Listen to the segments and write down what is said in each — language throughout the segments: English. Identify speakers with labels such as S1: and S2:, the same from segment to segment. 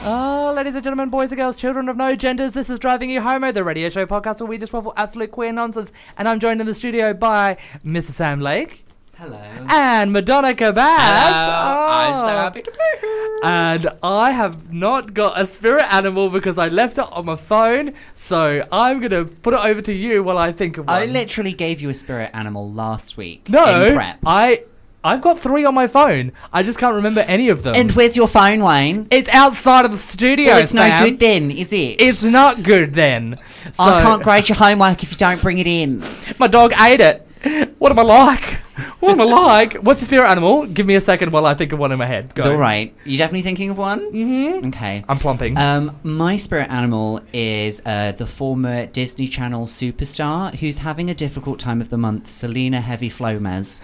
S1: Oh, ladies and gentlemen, boys and girls, children of no genders, this is Driving You Homo, the radio show podcast where we just waffle absolute queer nonsense. And I'm joined in the studio by Mr. Sam Lake
S2: Hello.
S1: and Madonna Cabaz.
S2: I'm so happy to be here.
S1: And I have not got a spirit animal because I left it on my phone. So I'm going to put it over to you while I think of one.
S2: I literally gave you a spirit animal last week.
S1: no,
S2: In prep.
S1: I, I've got three on my phone. I just can't remember any of them.
S2: and where's your phone, Wayne?
S1: it's outside of the studio.
S2: well, it's
S1: Sam.
S2: no good then, is it?
S1: It's not good then.
S2: I
S1: So-
S2: can't grade your homework if you don't bring it in.
S1: My dog ate it. What am I like? What am I like? What's the spirit animal? Give me a second while I think of one in my head. Go.
S2: All right. You definitely thinking of one? Mm-hmm. Okay.
S1: I'm plumping.
S2: Um, my spirit animal is uh, the former Disney Channel superstar who's having a difficult time of the month, Selena Heavy Flomez.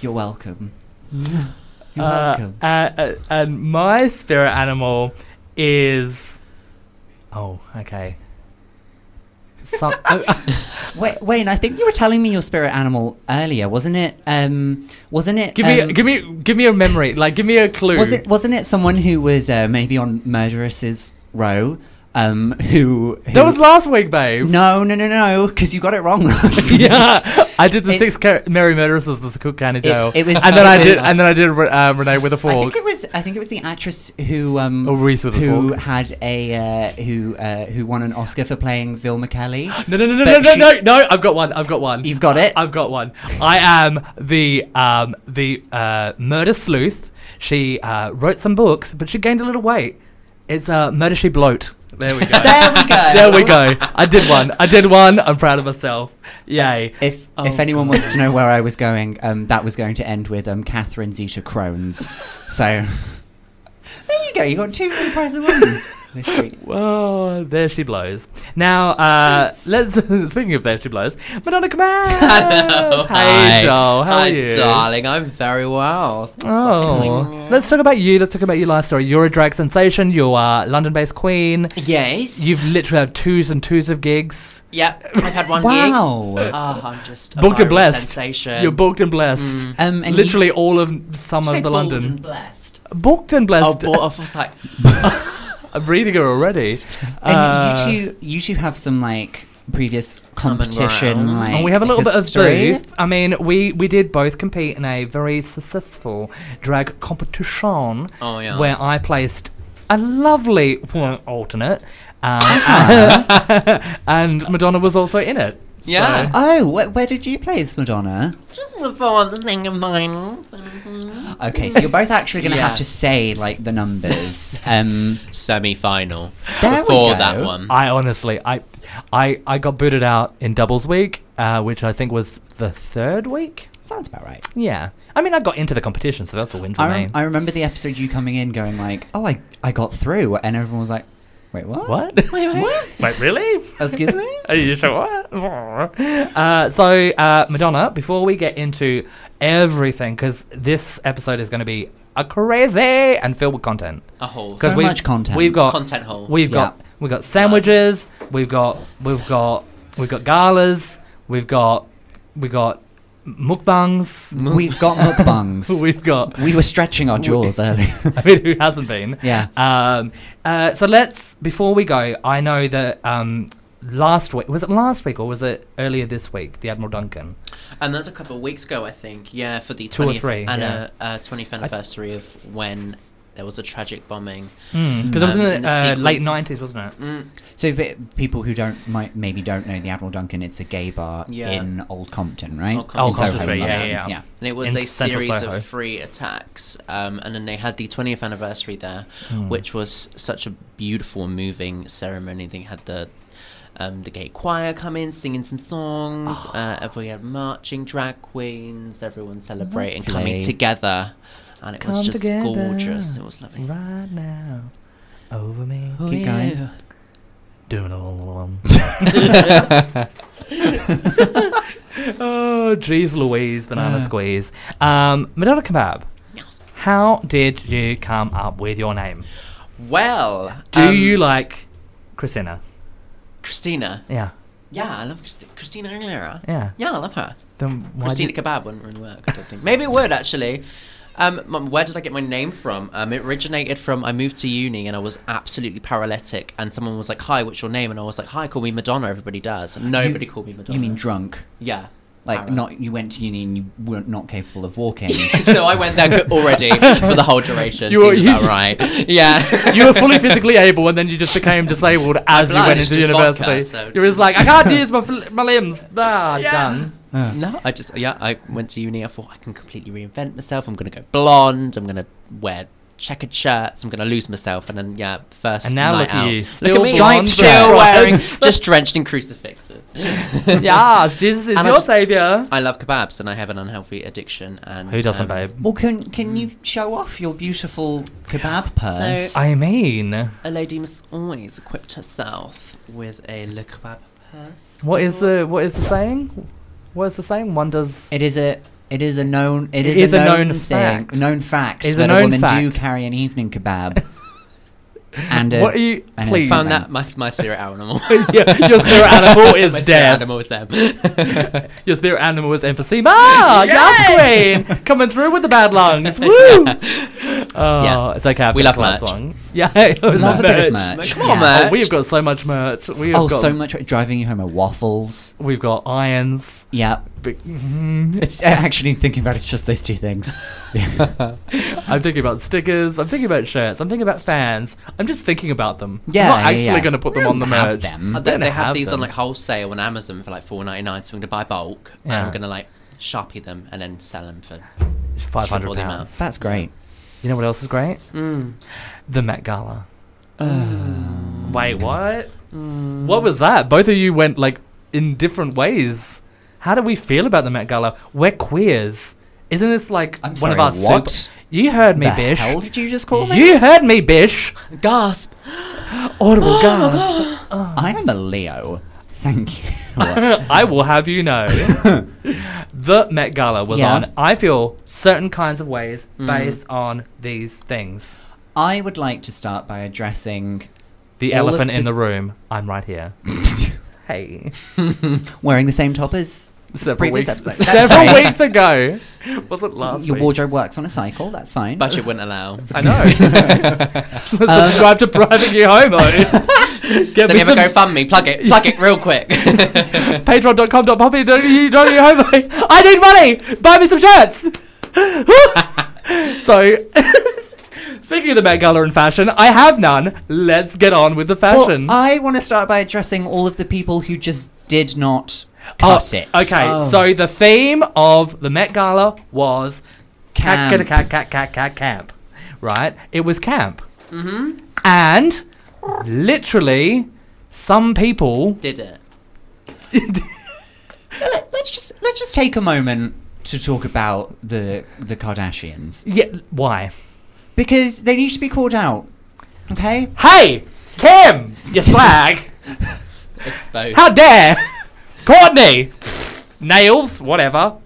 S2: You're welcome. You're
S1: uh,
S2: welcome.
S1: uh, uh, and my spirit animal is. Oh, okay. Some... uh,
S2: Wait, Wayne, I think you were telling me your spirit animal earlier, wasn't it? Um, wasn't it?
S1: give me,
S2: um,
S1: give me, give me a memory. Like, give me a clue.
S2: Was it? Wasn't it someone who was uh, maybe on murderess's row? Um, who? who
S1: That was last week, babe.
S2: no, no, no, no, because you got it wrong last week.
S1: yeah, I did the
S2: It's-
S1: six car- Mary Murderesses of the Cook County Jail,
S2: it was-
S1: and then
S2: it
S1: I did,
S2: was-
S1: and then I did uh, Renee with a
S2: I
S1: fork.
S2: think it was. I think it was the actress who um
S1: Oh, Reese with a
S2: who
S1: fork.
S2: had a uh, who uh, who won an Oscar for playing Vilma Kelly.
S1: No, no, no, no, no,
S2: But
S1: no,
S2: she-
S1: no, no! I've got one. I've got one.
S2: You've got it.
S1: I've got one. I am the um the uh, murder sleuth. She uh, wrote some books, but she gained a little weight. It's uh, murder she bloat. There we go.
S2: There we go.
S1: there we go. I did one. I did one. I'm proud of myself. Yay.
S2: If
S1: Oh,
S2: if anyone wants to know where I was going, um, that was going to end with um, Catherine Zeta Crones. So there you go. You got two for the price of one this week.
S1: Whoa, there she blows. Now, uh, let's. speaking of there she blows, Madonna Cabaz.
S3: Hello.
S1: Hey,
S3: Hi.
S1: doll. How
S3: Hi,
S1: are you?
S3: darling. I'm very well.
S1: Oh, let's talk about you. Let's talk about your life story. You're a drag sensation. You are a London-based queen.
S3: Yes.
S1: You've literally had twos and twos of gigs.
S3: Yep. I've had one gig.
S1: Um,
S2: Wow.
S3: Oh, I'm just a
S1: Booked and
S3: viral
S1: blessed.
S3: Sensation. Mm.
S1: You're booked and blessed.
S2: Um, and
S1: literally all of summer
S3: Say
S1: of the
S3: bold
S1: London.
S3: and blessed.
S1: booked and
S3: Oh,
S1: blessed.
S3: but I was like,
S1: I'm reading her already.
S2: You, and
S1: Uh,
S2: you two, you two have some like previous
S3: and
S2: competition.
S3: round.
S2: Like,
S1: and we have a little bit of
S2: history.
S1: both. I mean, we, we did both compete in a very successful drag competition
S3: Oh, yeah.
S1: where I placed a lovely well, alternate, um, and Madonna was also in it.
S3: yeah.
S2: Oh, wh- where did you place Madonna?
S3: Just the fun thing of mine.
S2: Okay, so you're both actually going to
S3: Yeah.
S2: have to say like the numbers. Um,
S3: Semi final.
S2: There we
S3: Before
S2: go.
S3: that one.
S1: I honestly, I, I, I got booted out in doubles week, uh, which I think was the third week.
S2: sounds about right.
S1: Yeah, I mean, I got into the competition, so that's a win for
S2: I, rem-
S1: me.
S2: I remember the episode you coming in going like, "Oh, I I got through," and everyone was like, "Wait, what?
S1: what?
S2: What?
S1: Wait, really?
S2: Excuse me?
S1: Are you sure? Uh, so, uh, Madonna, before we get into everything, because this episode is going to be a crazy and filled with content.
S3: A whole
S2: So
S1: we've-
S2: much content.
S1: We've got
S3: content hole.
S1: We've got
S2: Yeah.
S1: we've got sandwiches. We've got we've got we've got galas. We've got we have got mukbangs.
S2: We've got mukbangs.
S1: We've got.
S2: we were stretching our jaws earlier.
S1: I mean, who hasn't been?
S2: Yeah.
S1: Um. Uh. So let's before we go. I know that um last week was it last week or was it earlier this week? The Admiral Duncan.
S3: and that's a couple of weeks ago, I think. Yeah, for the 20th
S1: Two or three,
S3: and
S1: yeah.
S3: uh, uh, 20th anniversary of when there was a tragic bombing. Mm.
S1: Because
S3: Um,
S1: it was in
S3: in
S1: the
S3: the
S1: uh, late
S3: sequence-
S1: nineties, wasn't it?
S2: so for people who don't might maybe don't know the Admiral Duncan, it's a gay bar
S3: Yeah.
S2: in Old Compton, right?
S3: Old
S2: In Soho,
S3: Compton. Old Compton Street, yeah,
S2: London.
S1: yeah, yeah.
S3: And it was
S1: in
S3: a
S1: central
S3: series
S1: Soho.
S3: of three attacks. Um, and then they had the 20th anniversary there,
S1: Hmm.
S3: which was such a beautiful, moving ceremony. They had the um, the gay choir come in, singing some songs. Uh, we had marching drag queens, everyone celebrating, coming
S2: Lovely.
S3: together. And it
S1: Come
S3: was just
S1: together.
S3: gorgeous. It was lovely.
S1: Right now, over me.
S3: Oh,
S2: Keep going.
S3: yeah.
S1: oh, jeez, Oh, Louise, banana
S3: Uh.
S1: squeeze. Um, Madonna Kebab,
S3: Yes.
S1: how did you come up with your name?
S3: Well,
S1: Do
S3: um,
S1: you like Christina?
S3: Christina?
S1: Yeah,
S3: Yeah, I love Christi- Christina Aguilera.
S1: yeah.
S3: Yeah, I love her.
S1: Then why
S3: Christina
S1: did-
S3: Kebab wouldn't really work, I don't think. Maybe it would, actually. Um, mum, where did I get my name from? Um, it originated from I moved to uni and I was absolutely paralytic, and someone was like, "Hi, what's your name?" And I was like, "Hi, call me Madonna." Everybody does. Nobody called me Madonna.
S2: You mean drunk?
S3: yeah?
S2: Like
S3: para.
S2: not you went to uni and you weren't not capable of walking.
S3: no, I went there already for the whole duration.
S1: You were-
S3: Seems
S1: you-
S3: about right. Yeah.
S1: You were fully physically able, and then you just became disabled as you
S3: blood
S1: went
S3: is
S1: into
S3: just
S1: university.
S3: vodka, so-
S1: You were just like, I can't use my, fl- my limbs. Ah, done.
S3: No, I just yeah, I went to uni. I thought I can completely reinvent myself. I'm gonna go blonde. I'm gonna wear checkered shirts. I'm gonna lose myself. And then yeah, first
S1: And now
S3: night
S1: look at
S3: out,
S1: you,
S3: look
S1: still
S3: at me,
S2: blonde,
S3: still
S2: bro.
S3: wearing, just drenched in crucifixes.
S1: yes, Jesus is
S3: And I
S1: your
S3: just-
S1: savior.
S3: I love kebabs, and I have an unhealthy addiction. And
S1: Who doesn't,
S3: um,
S1: babe?
S2: well, can can you show off your beautiful kebab purse?
S3: So-
S1: I mean,
S3: A lady must always equip herself with a le kebab purse.
S1: what is the what is the saying? What is the saying? One does.
S2: it is a it is a known it
S1: It
S2: is, a known, thing,
S1: fact.
S2: known fact
S1: It is a
S2: that
S1: known
S2: women do
S1: fact.
S2: carry an evening kebab. and a,
S1: what are you?
S2: I know.
S1: Please.
S2: Found
S3: Found that my my spirit animal.
S1: Yeah, your spirit animal is
S3: My spirit
S1: death.
S3: Animal is death.
S1: Your spirit animal is emphysema. Yes, queen. Coming through with the bad lungs. Woo. Oh,
S3: Yeah.
S1: it's okay. I've
S3: We
S1: got
S3: love
S1: a clap
S3: merch.
S1: song. Yeah, I
S2: Love a bit of merch.
S3: Come on,
S2: yeah.
S3: man.
S1: Oh, we've got so much merch. We've
S2: Oh,
S1: got
S2: so much driving you home are waffles.
S1: We've got irons.
S2: Yeah,
S1: Big- Mhm.
S2: it's actually thinking about it, it's just those two things. Yeah,
S1: I'm thinking about stickers. I'm thinking about shirts. I'm thinking about fans. I'm just thinking about them.
S2: Yeah,
S1: I'm not
S2: yeah,
S1: actually
S2: yeah.
S1: going to put
S2: We
S1: them on the
S2: don't have
S1: merch.
S2: them.
S3: Uh,
S1: I
S3: they,
S1: don't
S3: they have, these on
S1: them.
S3: like wholesale on Amazon for like four ninety nine. So I'm gonna buy bulk and
S1: Yeah.
S3: I'm gonna like sharpie them and then sell them for.
S1: five hundred
S3: triple the amount.
S1: pounds.
S2: that's great.
S1: You know what else is great?
S3: Mm.
S1: The Met Gala. Mm. Wait, what?
S2: Mm.
S1: What was that? Both of you went like in different ways. How do we feel about the Met Gala? We're queers. Isn't this like
S2: I'm
S1: one
S2: sorry,
S1: of our super-
S2: what?
S1: You heard me,
S2: the
S1: Bish.
S2: hell did you just call me?
S1: You heard me, Bish.
S3: Gasp!
S1: Audible
S2: Oh
S1: gasp.
S2: I am a Leo. Thank you.
S1: I will have you know. the Met Gala was
S2: Yeah. Mm.
S1: on, I feel, certain kinds of ways based on these things.
S2: I would like to start by addressing
S1: The
S2: All of
S1: elephant in
S2: the-
S1: the room. I'm right here. hey.
S2: wearing the same top as
S1: Several
S2: Previous
S1: weeks,
S2: episode.
S1: several weeks ago. Was it last
S2: your
S1: week?
S2: wardrobe works on a cycle. That's fine.
S3: Budget wouldn't allow.
S1: I know. Subscribe to Private You Homo. Get
S3: Don't
S1: me some
S3: ever go fund me. Plug it. Plug it real quick.
S1: patreon.com.poppy. Don't you don't you homo. I need money. Buy me some shirts. so, speaking of the Met Gala and fashion, I have none. Let's get on with the fashion.
S2: Well, uh, I want to start by addressing all of the people who just did not
S1: Oh,
S2: cut it.
S1: Okay,
S3: Oh.
S1: so the theme of the Met Gala was
S2: Camp.
S1: cat, cat, cat, cat, cat, camp. Right? It was camp. Mm-hmm. And literally, some people.
S3: Did it.
S2: Let, us just let's just take a moment to talk about the the Kardashians
S1: Yeah, why?
S2: because they need to be called out. Okay,
S1: Hey, Kim, you slag!
S3: Exposed.
S1: How dare! Courtney! Nails, whatever.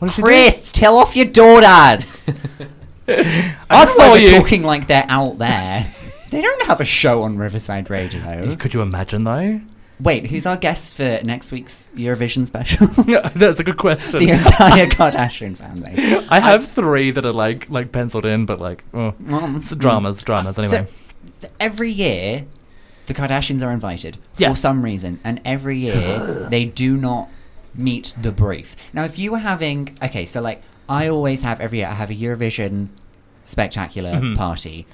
S1: What did she do?
S2: Chris, tell off your daughters.
S1: I
S2: Why
S1: saw
S2: they're
S1: you!
S2: talking like they're out there. they don't have a show on Riverside Radio.
S1: Could you imagine though?
S2: Wait, who's our guest for next week's Eurovision special?
S1: That's a good question.
S2: the entire Kardashian family.
S1: I have three that are like like penciled in, but like oh.
S2: Well,
S1: It's dramas, dramas. Anyway,
S2: Mm. So, every year, the Kardashians are invited for
S1: Yes.
S2: some reason, and every year they do not meet the brief. Now, if you were having okay, so like I always have every year, I have a Eurovision spectacular
S1: Mm-hmm.
S2: party.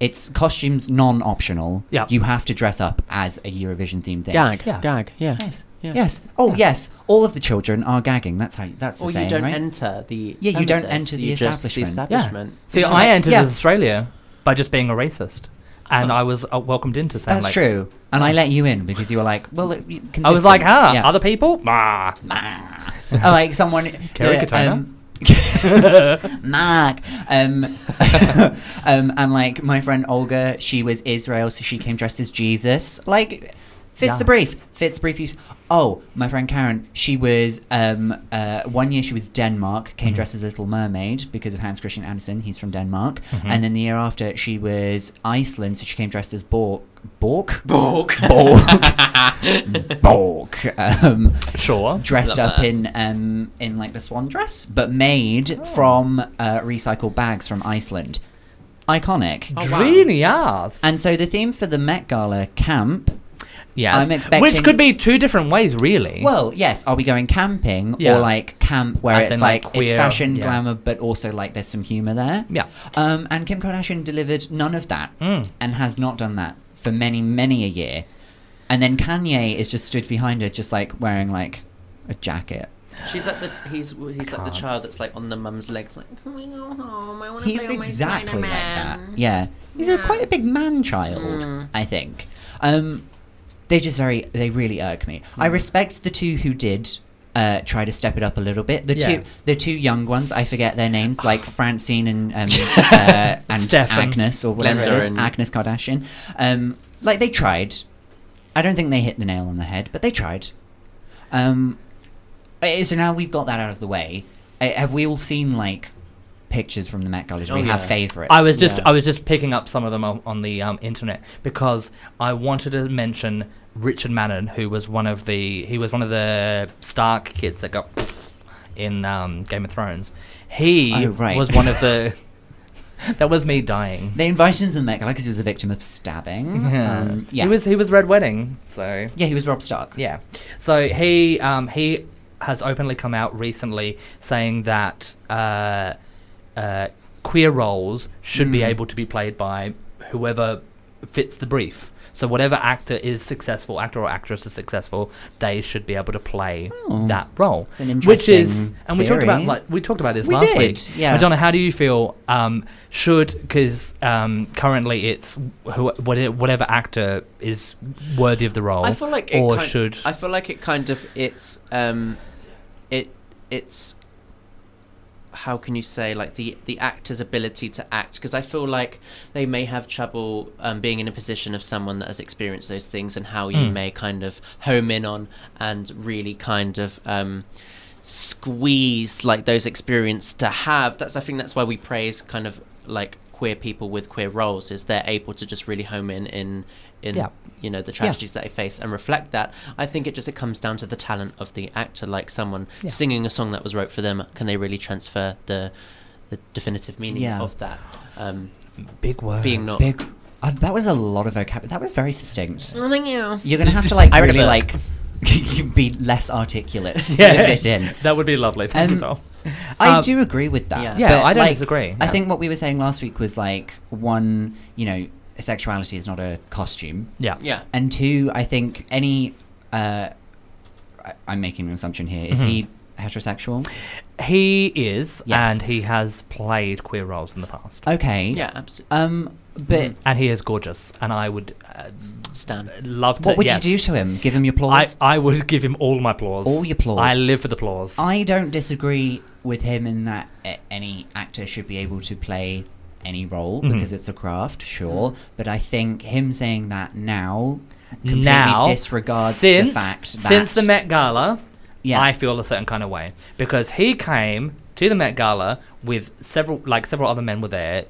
S2: It's costumes non-optional.
S1: Yeah.
S2: you have to dress up as a Eurovision themed thing.
S3: Gag.
S1: Ah, Yeah.
S3: Gag. Yeah.
S2: Yes. Yes. Oh, yes. All of the children are gagging. That's how. That's the
S3: Or
S2: saying,
S3: you don't
S2: right?
S3: enter the.
S2: Yeah, you don't
S3: premises,
S2: enter the
S3: you just-
S2: establishment.
S3: The establishment.
S1: See,
S2: It's
S1: I
S2: like-
S1: entered
S2: yeah.
S1: as Australia by just being a racist, and I was uh, welcomed into San
S2: Oh. That's
S1: Lakes.
S2: true. And I let you in because you were like, well, it,
S1: I was like, huh,
S2: Yeah.
S1: other people? Bah.
S2: Uh, like someone
S1: Kerry
S2: uh,
S1: Katona?
S2: um, Mark. Um, um, and like my friend Olga, she was Israel, so she came dressed as Jesus. Like, Fits the
S1: Yes.
S2: brief. Fits the brief. Use. Oh, my friend Karen. She was um, uh, one year. She was Denmark. Came dressed as a Little Mermaid because of Hans Christian Andersen. He's from Denmark. And then the year after, she was Iceland. So she came dressed as Bork. Bork.
S3: Bork.
S2: Bork. Bork. Um,
S1: Sure.
S2: dressed
S3: Love
S2: up
S3: that.
S2: in um, in like the swan dress, but made from uh, recycled bags from Iceland. Iconic.
S3: Oh, wow.
S1: Genius.
S2: And so the theme for the Met Gala camp.
S1: yes.
S2: I'm expecting-
S1: Which could be two different ways, really.
S2: Well, yes. Are we going camping
S1: Yeah.
S2: or like camp where
S1: As
S2: it's
S1: in,
S2: like,
S1: like,
S2: it's
S1: queer-
S2: fashion,
S1: yeah.
S2: glamour, but also like there's some humor there?
S1: Yeah.
S2: Um, and Kim Kardashian delivered none of that
S1: Mm.
S2: and has not done that for many, many a year. And then Kanye is just stood behind her, just like wearing like a jacket.
S3: She's like the he's he's like the
S1: can't.
S3: child that's like on the mum's legs, like can we go home? I want to
S2: He's
S3: play with
S2: exactly
S3: my
S2: like that.
S3: Spider-Man."
S2: Yeah, he's a
S3: Yeah.
S2: quite a big man child,
S3: Mm.
S2: I think. Um, they just very they really irk me. I
S3: Mm.
S2: respect the two who did. Uh, try to step it up a little bit. The
S1: Yeah.
S2: two, the two young ones, I forget their
S3: Oh.
S2: names, like Francine and um, uh, and
S1: Stefan.
S2: Agnes or whatever
S3: Glenda
S2: it is,
S3: and-
S2: Agnes Kardashian. Um, like they tried. I don't think they hit the nail on the head, but they tried. Um, eh, so now we've got that out of the way. Eh, Have we all seen like pictures from the Met Gala? Do
S3: Oh,
S2: we have
S3: yeah.
S2: favourites?
S1: I was just
S3: yeah.
S1: I was just picking up some of them on, on the um, internet because I wanted to mention Richard Madden, who was one of the he was one of the Stark kids that got in um, Game of Thrones. He
S2: Oh, right.
S1: was one of the. that was me dying.
S2: They invited him to the Met Gala because he was a victim of stabbing.
S1: Yeah.
S2: Um,
S1: Mm-hmm. He was
S2: yes.
S1: he was Red Wedding, so
S2: Yeah, he was Rob Stark.
S1: Yeah. So he um, he has openly come out recently saying that uh, uh, queer roles should be
S2: Mm.
S1: able to be played by whoever fits the brief. So whatever actor is successful, actor or actress is successful, they should be able to play
S2: Oh.
S1: that role.
S2: It's an
S1: Which is,
S2: interesting
S1: and we talked about
S2: theory.
S1: like we talked about this
S2: We
S1: last
S2: did,
S1: week.
S2: yeah.
S1: Madonna, how do you feel? Um, should because um, currently it's who, whate- whatever actor is worthy of the role,
S3: I feel like it
S1: or
S3: kind-
S1: should
S3: I feel like it kind of it's um it it's how can you say like the the actor's ability to act because I feel like they may have trouble um, being in a position of someone that has experienced those things and how you
S1: Mm.
S3: may kind of home in on and really kind of um squeeze like those experience to have that's I think that's why we praise kind of like queer people with queer roles is they're able to just really home in in in
S1: Yeah.
S3: you know the tragedies that they face and reflect that i think it just it comes down to the talent of the actor like someone
S1: Yeah.
S3: singing a song that was wrote for them can they really transfer the the definitive meaning
S2: Yeah.
S3: of that um
S1: big words.
S3: being not
S2: Big. Uh, that was a lot of vocabulary. That was very
S1: Mm.
S2: succinct.
S3: Oh, thank you
S2: You're gonna have to like
S3: I read a
S2: really
S3: book.
S2: like be less articulate to fit in.
S1: That would be lovely. Thank you,
S2: Um,
S1: Sol.
S2: I
S1: Um,
S2: do agree with that.
S3: Yeah.
S1: Yeah, I don't
S2: like,
S1: disagree,
S2: I
S1: yeah.
S2: think what we were saying last week was like one, you know, sexuality is not a costume.
S1: Yeah.
S3: yeah
S2: And two, I think any. Uh, I- I'm making an assumption here. Is
S1: Mhm.
S2: he heterosexual?
S1: He is,
S2: Yes.
S1: and he has played queer roles in the past.
S2: Okay.
S3: yeah absolutely
S2: Um, but
S3: Mhm.
S1: And he is gorgeous, and I would uh,
S3: stan
S1: love to.
S2: what would
S1: yes.
S2: you do to him? Give him your
S1: I,
S2: applause.
S1: I would give him all my applause.
S2: All your applause.
S1: I live for the applause.
S2: I, don't disagree with him in that a- any actor should be able to play any role
S1: Mhm.
S2: because it's a craft, sure. But I think him saying that now completely
S1: now
S2: disregards
S1: since,
S2: the fact that
S1: since the Met Gala,
S2: Yeah.
S1: I feel a certain kind of way because he came to the Met Gala with several, like several other men were there,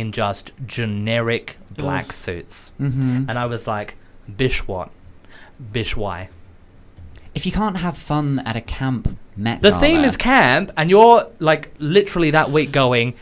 S1: in just generic black suits,
S3: Mm-hmm.
S2: Mhm.
S1: and I was like, "Bish what, bish why."
S2: If you can't have fun at a camp Met
S1: The
S2: Gala-
S1: theme is camp, and you're like literally that week going,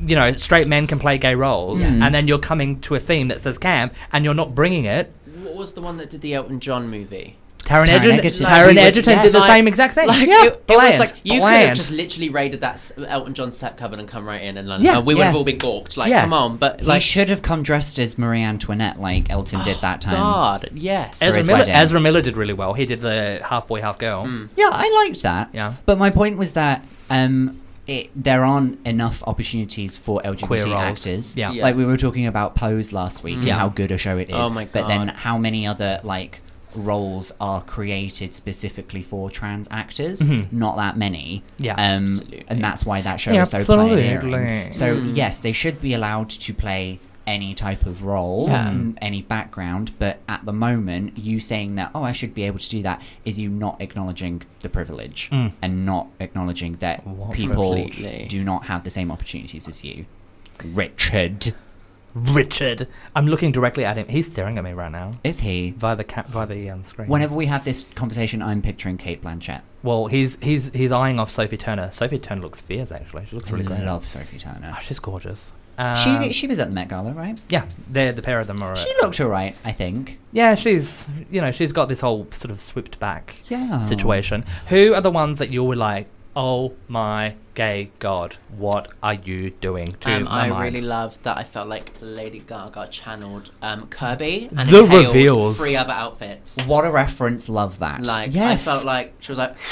S1: you know, straight men can play gay roles,
S3: Mm.
S2: Yeah.
S1: and then you're coming to a theme that says camp, and you're not bringing it.
S3: what was the one that did the elton john movie
S1: Taron
S2: Taron
S1: Egerton,
S2: Egerton.
S1: Taron
S2: Like,
S1: Egerton
S2: yes.
S1: did the
S3: Like-
S1: same exact thing.
S3: Like
S1: yeah,
S3: it, it
S1: bland,
S3: was like you could
S1: bland.
S3: have just literally raided that s- Elton John set cupboard and come right in, and like,
S1: Yeah,
S3: uh, we would have
S2: yeah.
S3: all been gawked. Like,
S1: Yeah.
S3: come on, but
S2: He
S3: like,
S2: should have come dressed as Marie Antoinette, like Elton did that time.
S3: God, yes,
S2: for
S1: Ezra
S2: his
S1: Miller,
S2: wedding.
S1: Ezra Miller did really well. He did the half boy, half girl.
S2: Yeah, I liked that.
S1: Yeah.
S2: But my point was that um, it, there aren't enough opportunities for LGBT
S1: Queer roles.
S2: actors.
S1: Yeah.
S3: Yeah.
S2: Like we were talking about Pose last week and
S1: Yeah.
S2: how good a show it is.
S3: Oh my
S2: But then
S3: God.
S2: how many other like roles are created specifically for trans actors? Not that many.
S1: Mm-hmm. Yeah.
S2: Um,
S3: Absolutely.
S2: and that's why that show is so
S1: Absolutely.
S2: pioneering. So
S3: Mm.
S2: yes, they should be allowed to play any type of role,
S3: Yeah.
S2: mm, any background, but at the moment, you saying that, oh, I should be able to do that, is you not acknowledging the privilege
S1: Mm.
S2: and not acknowledging that
S1: What
S2: people
S3: Completely.
S2: do not have the same opportunities as you. Richard.
S1: Richard. I'm looking directly at him. He's staring at me right now
S2: Is he?
S1: via the cat via the um, screen.
S2: Whenever we have this conversation, I'm picturing Kate Blanchett.
S1: well, he's he's he's eyeing off Sophie Turner. Sophie Turner looks fierce actually. She looks really
S2: I
S1: great.
S2: love Sophie Turner.
S1: Oh, she's gorgeous. Um,
S2: she she was at the Met Gala, right?
S1: yeah, they're the pair of them are.
S2: She looked alright, I think.
S1: Yeah, she's you know she's got this whole sort of swooped back
S2: Yeah.
S1: situation. Who are the ones that you were like, oh my gay god, what are you doing to
S3: Um,
S1: my
S3: I
S1: mind?"
S3: really loved that. I felt like Lady Gaga channeled um, Kirby and
S1: The
S3: the inhaled
S1: reveals.
S3: three other outfits.
S2: What a reference, love that.
S3: Like
S2: yes.
S3: I felt like she was like,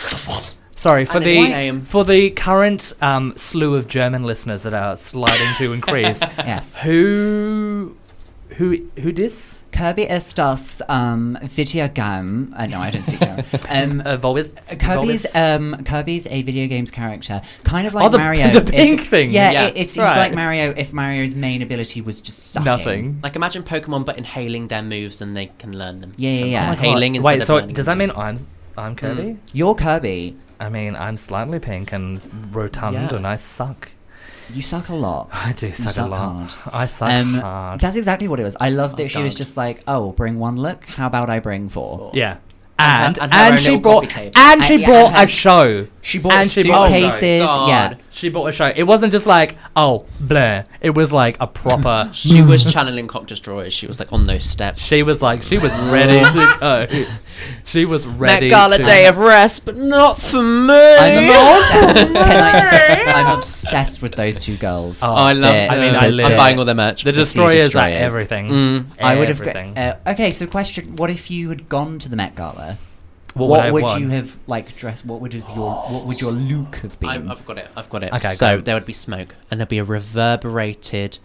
S1: Sorry for
S3: And then
S1: the
S3: why- Name.
S1: for the current um, slew of German listeners that are sliding to increase.
S2: Yes.
S1: Who, who, who dis?
S2: Kirby ist das um, video game. Uh, no, I don't speak German. Um,
S1: Uh, Volvis,
S2: Kirby's
S1: Volvis?
S2: um, Kirby's a video games character, kind of like
S1: Oh, the-
S2: Mario.
S1: the pink thing.
S2: Yeah,
S3: Yeah.
S2: It, it's he's
S1: Right.
S2: like Mario if Mario's main ability was just sucking.
S1: nothing.
S3: like imagine Pokemon but inhaling their moves and they can learn them.
S2: Yeah, yeah, yeah. Mm.
S1: Oh my God.
S3: Hailing instead
S1: Wait,
S3: of
S1: so
S3: learning.
S1: does that mean I'm I'm Kirby?
S2: You're Kirby.
S1: I mean I'm slightly pink and rotund
S3: Yeah.
S1: and I suck.
S2: You suck a lot.
S1: I do suck,
S2: suck
S1: a lot.
S2: hard. Um,
S1: I suck hard.
S2: that's exactly what it was. I loved that she was
S3: God.
S2: just like, "Oh, bring one look. How about I bring four?
S1: yeah. And and,
S3: And her- and her own
S1: she
S3: little
S1: brought
S3: coffee table.
S1: and she
S2: And- Uh, yeah,
S1: brought
S2: and her-
S1: a show.
S2: She bought
S1: And she bought-
S2: suitcases.
S3: Oh my
S2: yeah,
S3: God.
S1: She bought a show. It wasn't just like oh bleh. It was like a proper.
S3: She was channeling Cock Destroyers. She was like on those steps.
S1: She was like, she was ready to go. She was ready.
S3: Met Gala
S1: to,
S3: day of rest, but not for me.
S2: I'm obsessed. Can I just say- I'm obsessed with those two girls.
S1: Oh,
S3: Oh, I love.
S2: They're-
S3: I mean,
S1: I
S3: I,
S1: live-
S3: am buying all their merch.
S1: the
S3: Just,
S1: destroyers are
S2: Destroyers.
S1: everything.
S3: Mm.
S2: I would have.
S1: Everything.
S2: g- Uh, okay, so question: What if you had gone to the Met Gala?
S1: what,
S2: what
S1: I
S2: would
S1: want?
S2: you have like dressed? What would have your what would your look have been?
S3: i I've got it. I've got it.
S1: Okay,
S3: so
S1: go.
S3: there would be smoke, and there'd be a reverberated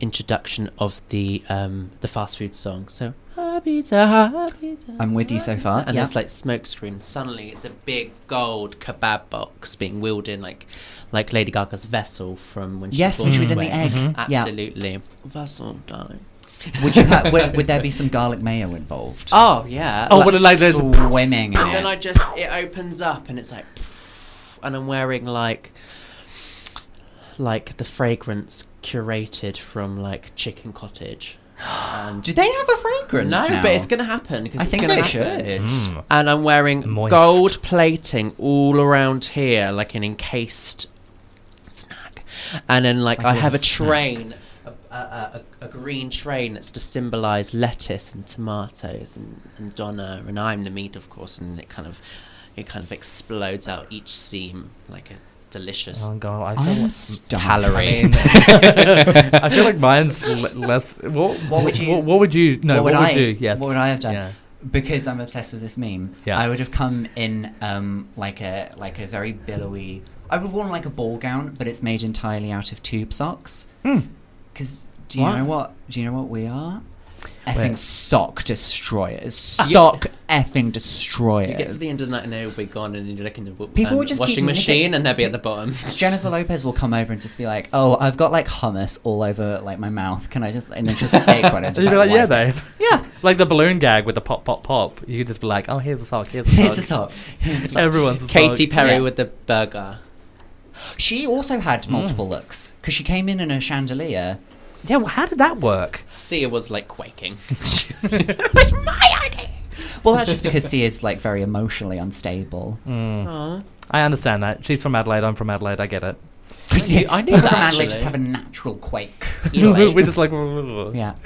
S3: introduction of the um the fast food song. So happy to happy to.
S2: I'm with you so far.
S3: and
S2: yeah.
S3: there's like smoke screen. Suddenly, it's a big gold kebab box being wheeled in, like like Lady Gaga's vessel from when she Mm-hmm.
S2: yes, when she was in the egg. Yeah.
S3: Absolutely, vessel, darling.
S2: Would you have? Would, would there be some garlic mayo involved?
S3: Oh yeah.
S1: Oh, what a like there's
S2: Swimming. in
S3: And then
S2: it.
S3: I just it opens up and it's like, and I'm wearing like, like the fragrance curated from like Chicken Cottage. And
S2: Do they have a fragrance?
S3: no,
S2: now?
S3: but it's gonna happen because
S2: I
S3: it's
S2: think
S3: gonna
S2: they
S3: happen. Hmm.
S2: should.
S1: Mm.
S3: And I'm wearing
S1: Moist.
S3: gold plating all around here, like an encased snack. And then like
S2: Like
S3: I
S2: a
S3: have a
S2: snack.
S3: train. A, a, a, a green train that's to symbolise lettuce and tomatoes and, and Donna and I'm the meat of course and it kind of it kind of explodes out each seam like a delicious
S1: Oh god, I feel.
S2: I'm
S1: Like,
S2: stumped.
S3: Calorie.
S1: I feel like mine's le- less. What,
S2: What would you-
S1: What, what would you? No.
S2: what would, I,
S1: you? Yes.
S2: What would I have done?
S1: Yeah.
S2: Because I'm obsessed with this meme.
S1: Yeah.
S2: I would have come in um, like a like a very billowy. I would have worn like a ball gown, but it's made entirely out of tube socks.
S1: Hmm.
S2: Because do you
S1: What?
S2: know what? Do you know what we are?
S1: Wait.
S2: Effing sock destroyers.
S1: Ah.
S2: Sock effing destroyers.
S3: you get to the end of the night and they'll be gone and you're like in the w-
S2: People
S3: um,
S2: would just keep
S3: washing
S2: looking-
S3: machine and they'll be at the bottom
S2: Jennifer Lopez will come over and just be like, "Oh, I've got like hummus all over like my mouth. Can I just and then just take one?" And
S1: You'd
S2: just,
S1: be like, yeah,
S2: wipe
S1: babe.
S2: it." Yeah.
S1: Like the balloon gag with the pop, pop, pop. You could just be like, oh, here's a sock. Here's a sock.
S2: Here's a sock. Here's a sock.
S1: Everyone's a
S3: Katy
S1: sock.
S3: Perry
S2: Yeah.
S3: with the burger
S2: She also had multiple looks because she came in in a chandelier.
S1: Yeah. Well, how did that work?
S3: Sia was like quaking
S2: Well, that's just because she is like very emotionally unstable.
S1: Hmm.
S3: Aw.
S1: I understand that. She's from Adelaide. I'm from Adelaide. I get it.
S3: knew- I knew
S2: People
S3: that,
S2: from Adelaide just
S3: actually.
S2: have a natural quake. Either way.
S1: We're just like.
S2: yeah.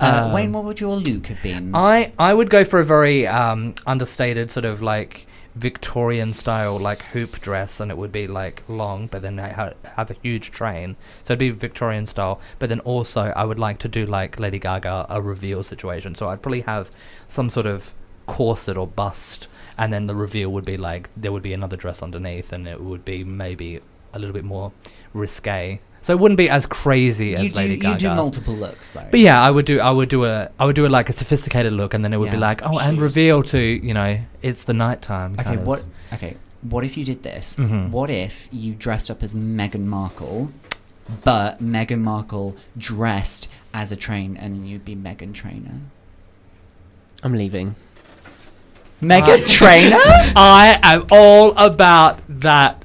S2: Uh,
S1: Um,
S2: Wayne, what would your Luke have been?
S1: I I would go for a very um, understated sort of like Victorian style like hoop dress, and it would be like long, but then I ha- have a huge train, so it'd be Victorian style. But then also I would like to do like Lady Gaga a reveal situation, so I'd probably have some sort of corset or bust, and then the reveal would be like there would be another dress underneath, and it would be maybe a little bit more risque. So it wouldn't be as crazy as
S2: you, do,
S1: Lady Gaga.
S2: you do multiple looks though.
S1: But yeah, I would do I would do a I would do a like a sophisticated look and then it would be
S2: Yeah.
S1: like, oh, and
S3: Jeez.
S1: reveal to, you know, it's the nighttime.
S2: Okay,
S1: kind of.
S2: what? Okay, what if you did this?
S1: Mhm.
S2: What if you dressed up as Meghan Markle, but Meghan Markle dressed as a train, and you'd be Megan Trainer.
S3: I'm leaving.
S2: Megan
S1: Uh,
S2: Trainer?
S1: I am all about that.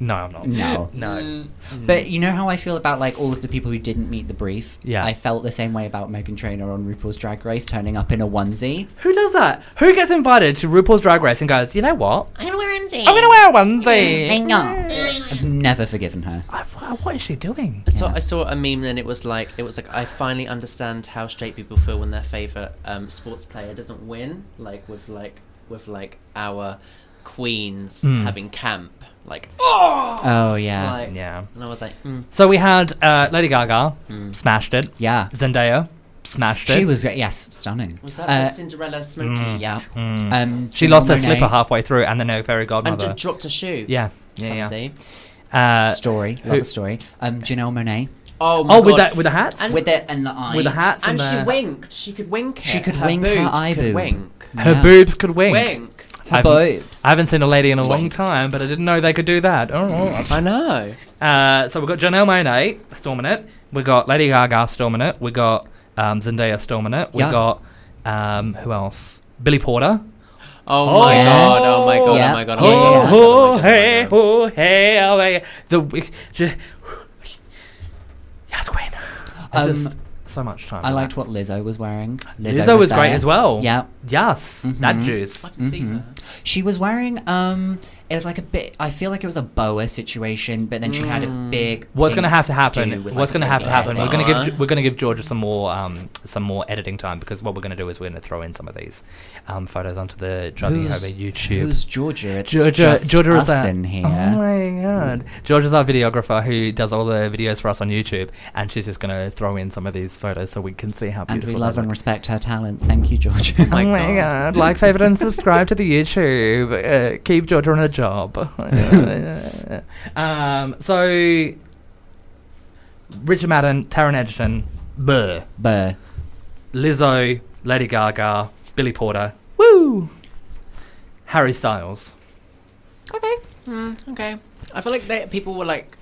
S1: No, I'm not.
S2: No.
S3: Mm,
S1: No.
S2: But you know how I feel about like all of the people who didn't meet the brief.
S1: Mm. Yeah.
S2: I felt the same way about Megan Trainer on RuPaul's Drag Race turning up in a onesie.
S1: Who does that? Who gets invited to RuPaul's Drag Race and goes, you know what?
S4: I'm gonna wear anything.
S1: I'm going to wear one thing.
S2: Oh, No, I've never forgiven her.
S1: I, wh- what is she doing?
S3: So
S2: Yeah.
S3: I saw a meme and it was like it was like I finally understand how straight people feel when their favorite um, sports player doesn't win, like with like with like our queens having camp, like
S2: Oh yeah,
S3: like
S1: Hmm. Yeah.
S3: And I was like, mm.
S1: So we had uh, Lady Gaga, smashed it.
S2: yeah.
S1: Zendaya, smashed it.
S2: Mm. She was great. yes, stunning.
S3: was that
S2: Uh,
S3: the Cinderella
S1: hmm.
S3: smoking?
S2: yeah. Um,
S1: She lost her
S2: Janelle
S1: slipper
S2: Monáe
S1: halfway through and then her fairy
S3: and
S1: godmother.
S3: just dropped a shoe.
S1: yeah. Yeah, yeah.
S3: Clumsy.
S1: Uh,
S2: Story, love
S1: Who-
S2: the story. Um, Janelle Monet
S3: Oh my
S1: oh,
S3: god.
S1: with that, with the hats?
S2: with it and the eye.
S1: with the hats
S3: and
S1: and,
S3: she
S1: the-
S3: winked. She could wink. It.
S2: She could
S3: her
S2: wink her
S3: boobs
S2: eye
S3: could
S2: boob.
S3: Wink.
S1: Her
S2: Yeah.
S1: boobs could wink.
S3: Wink.
S2: Her
S1: I've-
S2: boobs.
S1: I haven't seen a lady in a long
S3: Wink.
S1: time, but I didn't know they could do that. Oh, oh.
S3: I know.
S1: Uh, so we've got Janelle Monáe storming it. We've got Lady Gaga storming it. We've got um, Zendaya storming it. We've
S2: Yeah.
S1: got um, who else? Billy Porter.
S3: Oh, my
S1: Yes.
S3: god. Oh my god.
S2: Yeah.
S3: Oh my god.
S2: Yeah, yeah,
S3: Oh,
S1: Oh,
S2: yeah.
S3: my god,
S1: oh,
S3: oh my god, oh my god,
S1: hey,
S3: oh my god.
S1: oh, hey, oh, hey. The w- j- yes, Queen. I
S2: Um,
S1: just so much time.
S2: I
S1: for
S2: liked
S1: that.
S2: what Lizzo was wearing.
S1: Lizzo, was great
S2: there.
S1: as well.
S2: Yeah.
S1: Yes,
S2: Mm-hmm.
S1: that juice.
S3: I can see her.
S2: She was wearing um it was like a bit I feel like it was a boa situation, but then she had a big
S1: What's
S2: pink
S1: going to have to
S2: do
S1: happen?
S2: with,
S1: What's going
S2: like,
S1: to
S2: a
S1: have to
S2: big hair
S1: happen? We're
S2: thing.
S1: going to give
S3: Uh.
S1: we're going to give Georgia some more um, some more editing time because what we're going to do is we're going to throw in some of these um, photos onto the Driving Over
S2: Who's-
S1: YouTube.
S2: Who's Georgia? It's
S1: Georgia,
S2: just
S1: Georgia
S2: us
S1: is that?
S2: in here.
S1: Oh my god! Georgia's our videographer who does all the videos for us on YouTube, and she's just gonna throw in some of these photos so we can see how
S2: and
S1: beautiful.
S2: we
S1: they
S2: love and
S1: look.
S2: respect her talents. Thank you, Georgia.
S1: Oh my god! Like, favorite, and subscribe to the YouTube. Uh, keep Georgia on a job. um. So, Richard Madden, Taron Egerton, Burr,
S2: But
S1: Lizzo, Lady Gaga, Billy Porter, woo, Harry Styles.
S2: okay.
S3: Mm, okay. I feel like they, people were like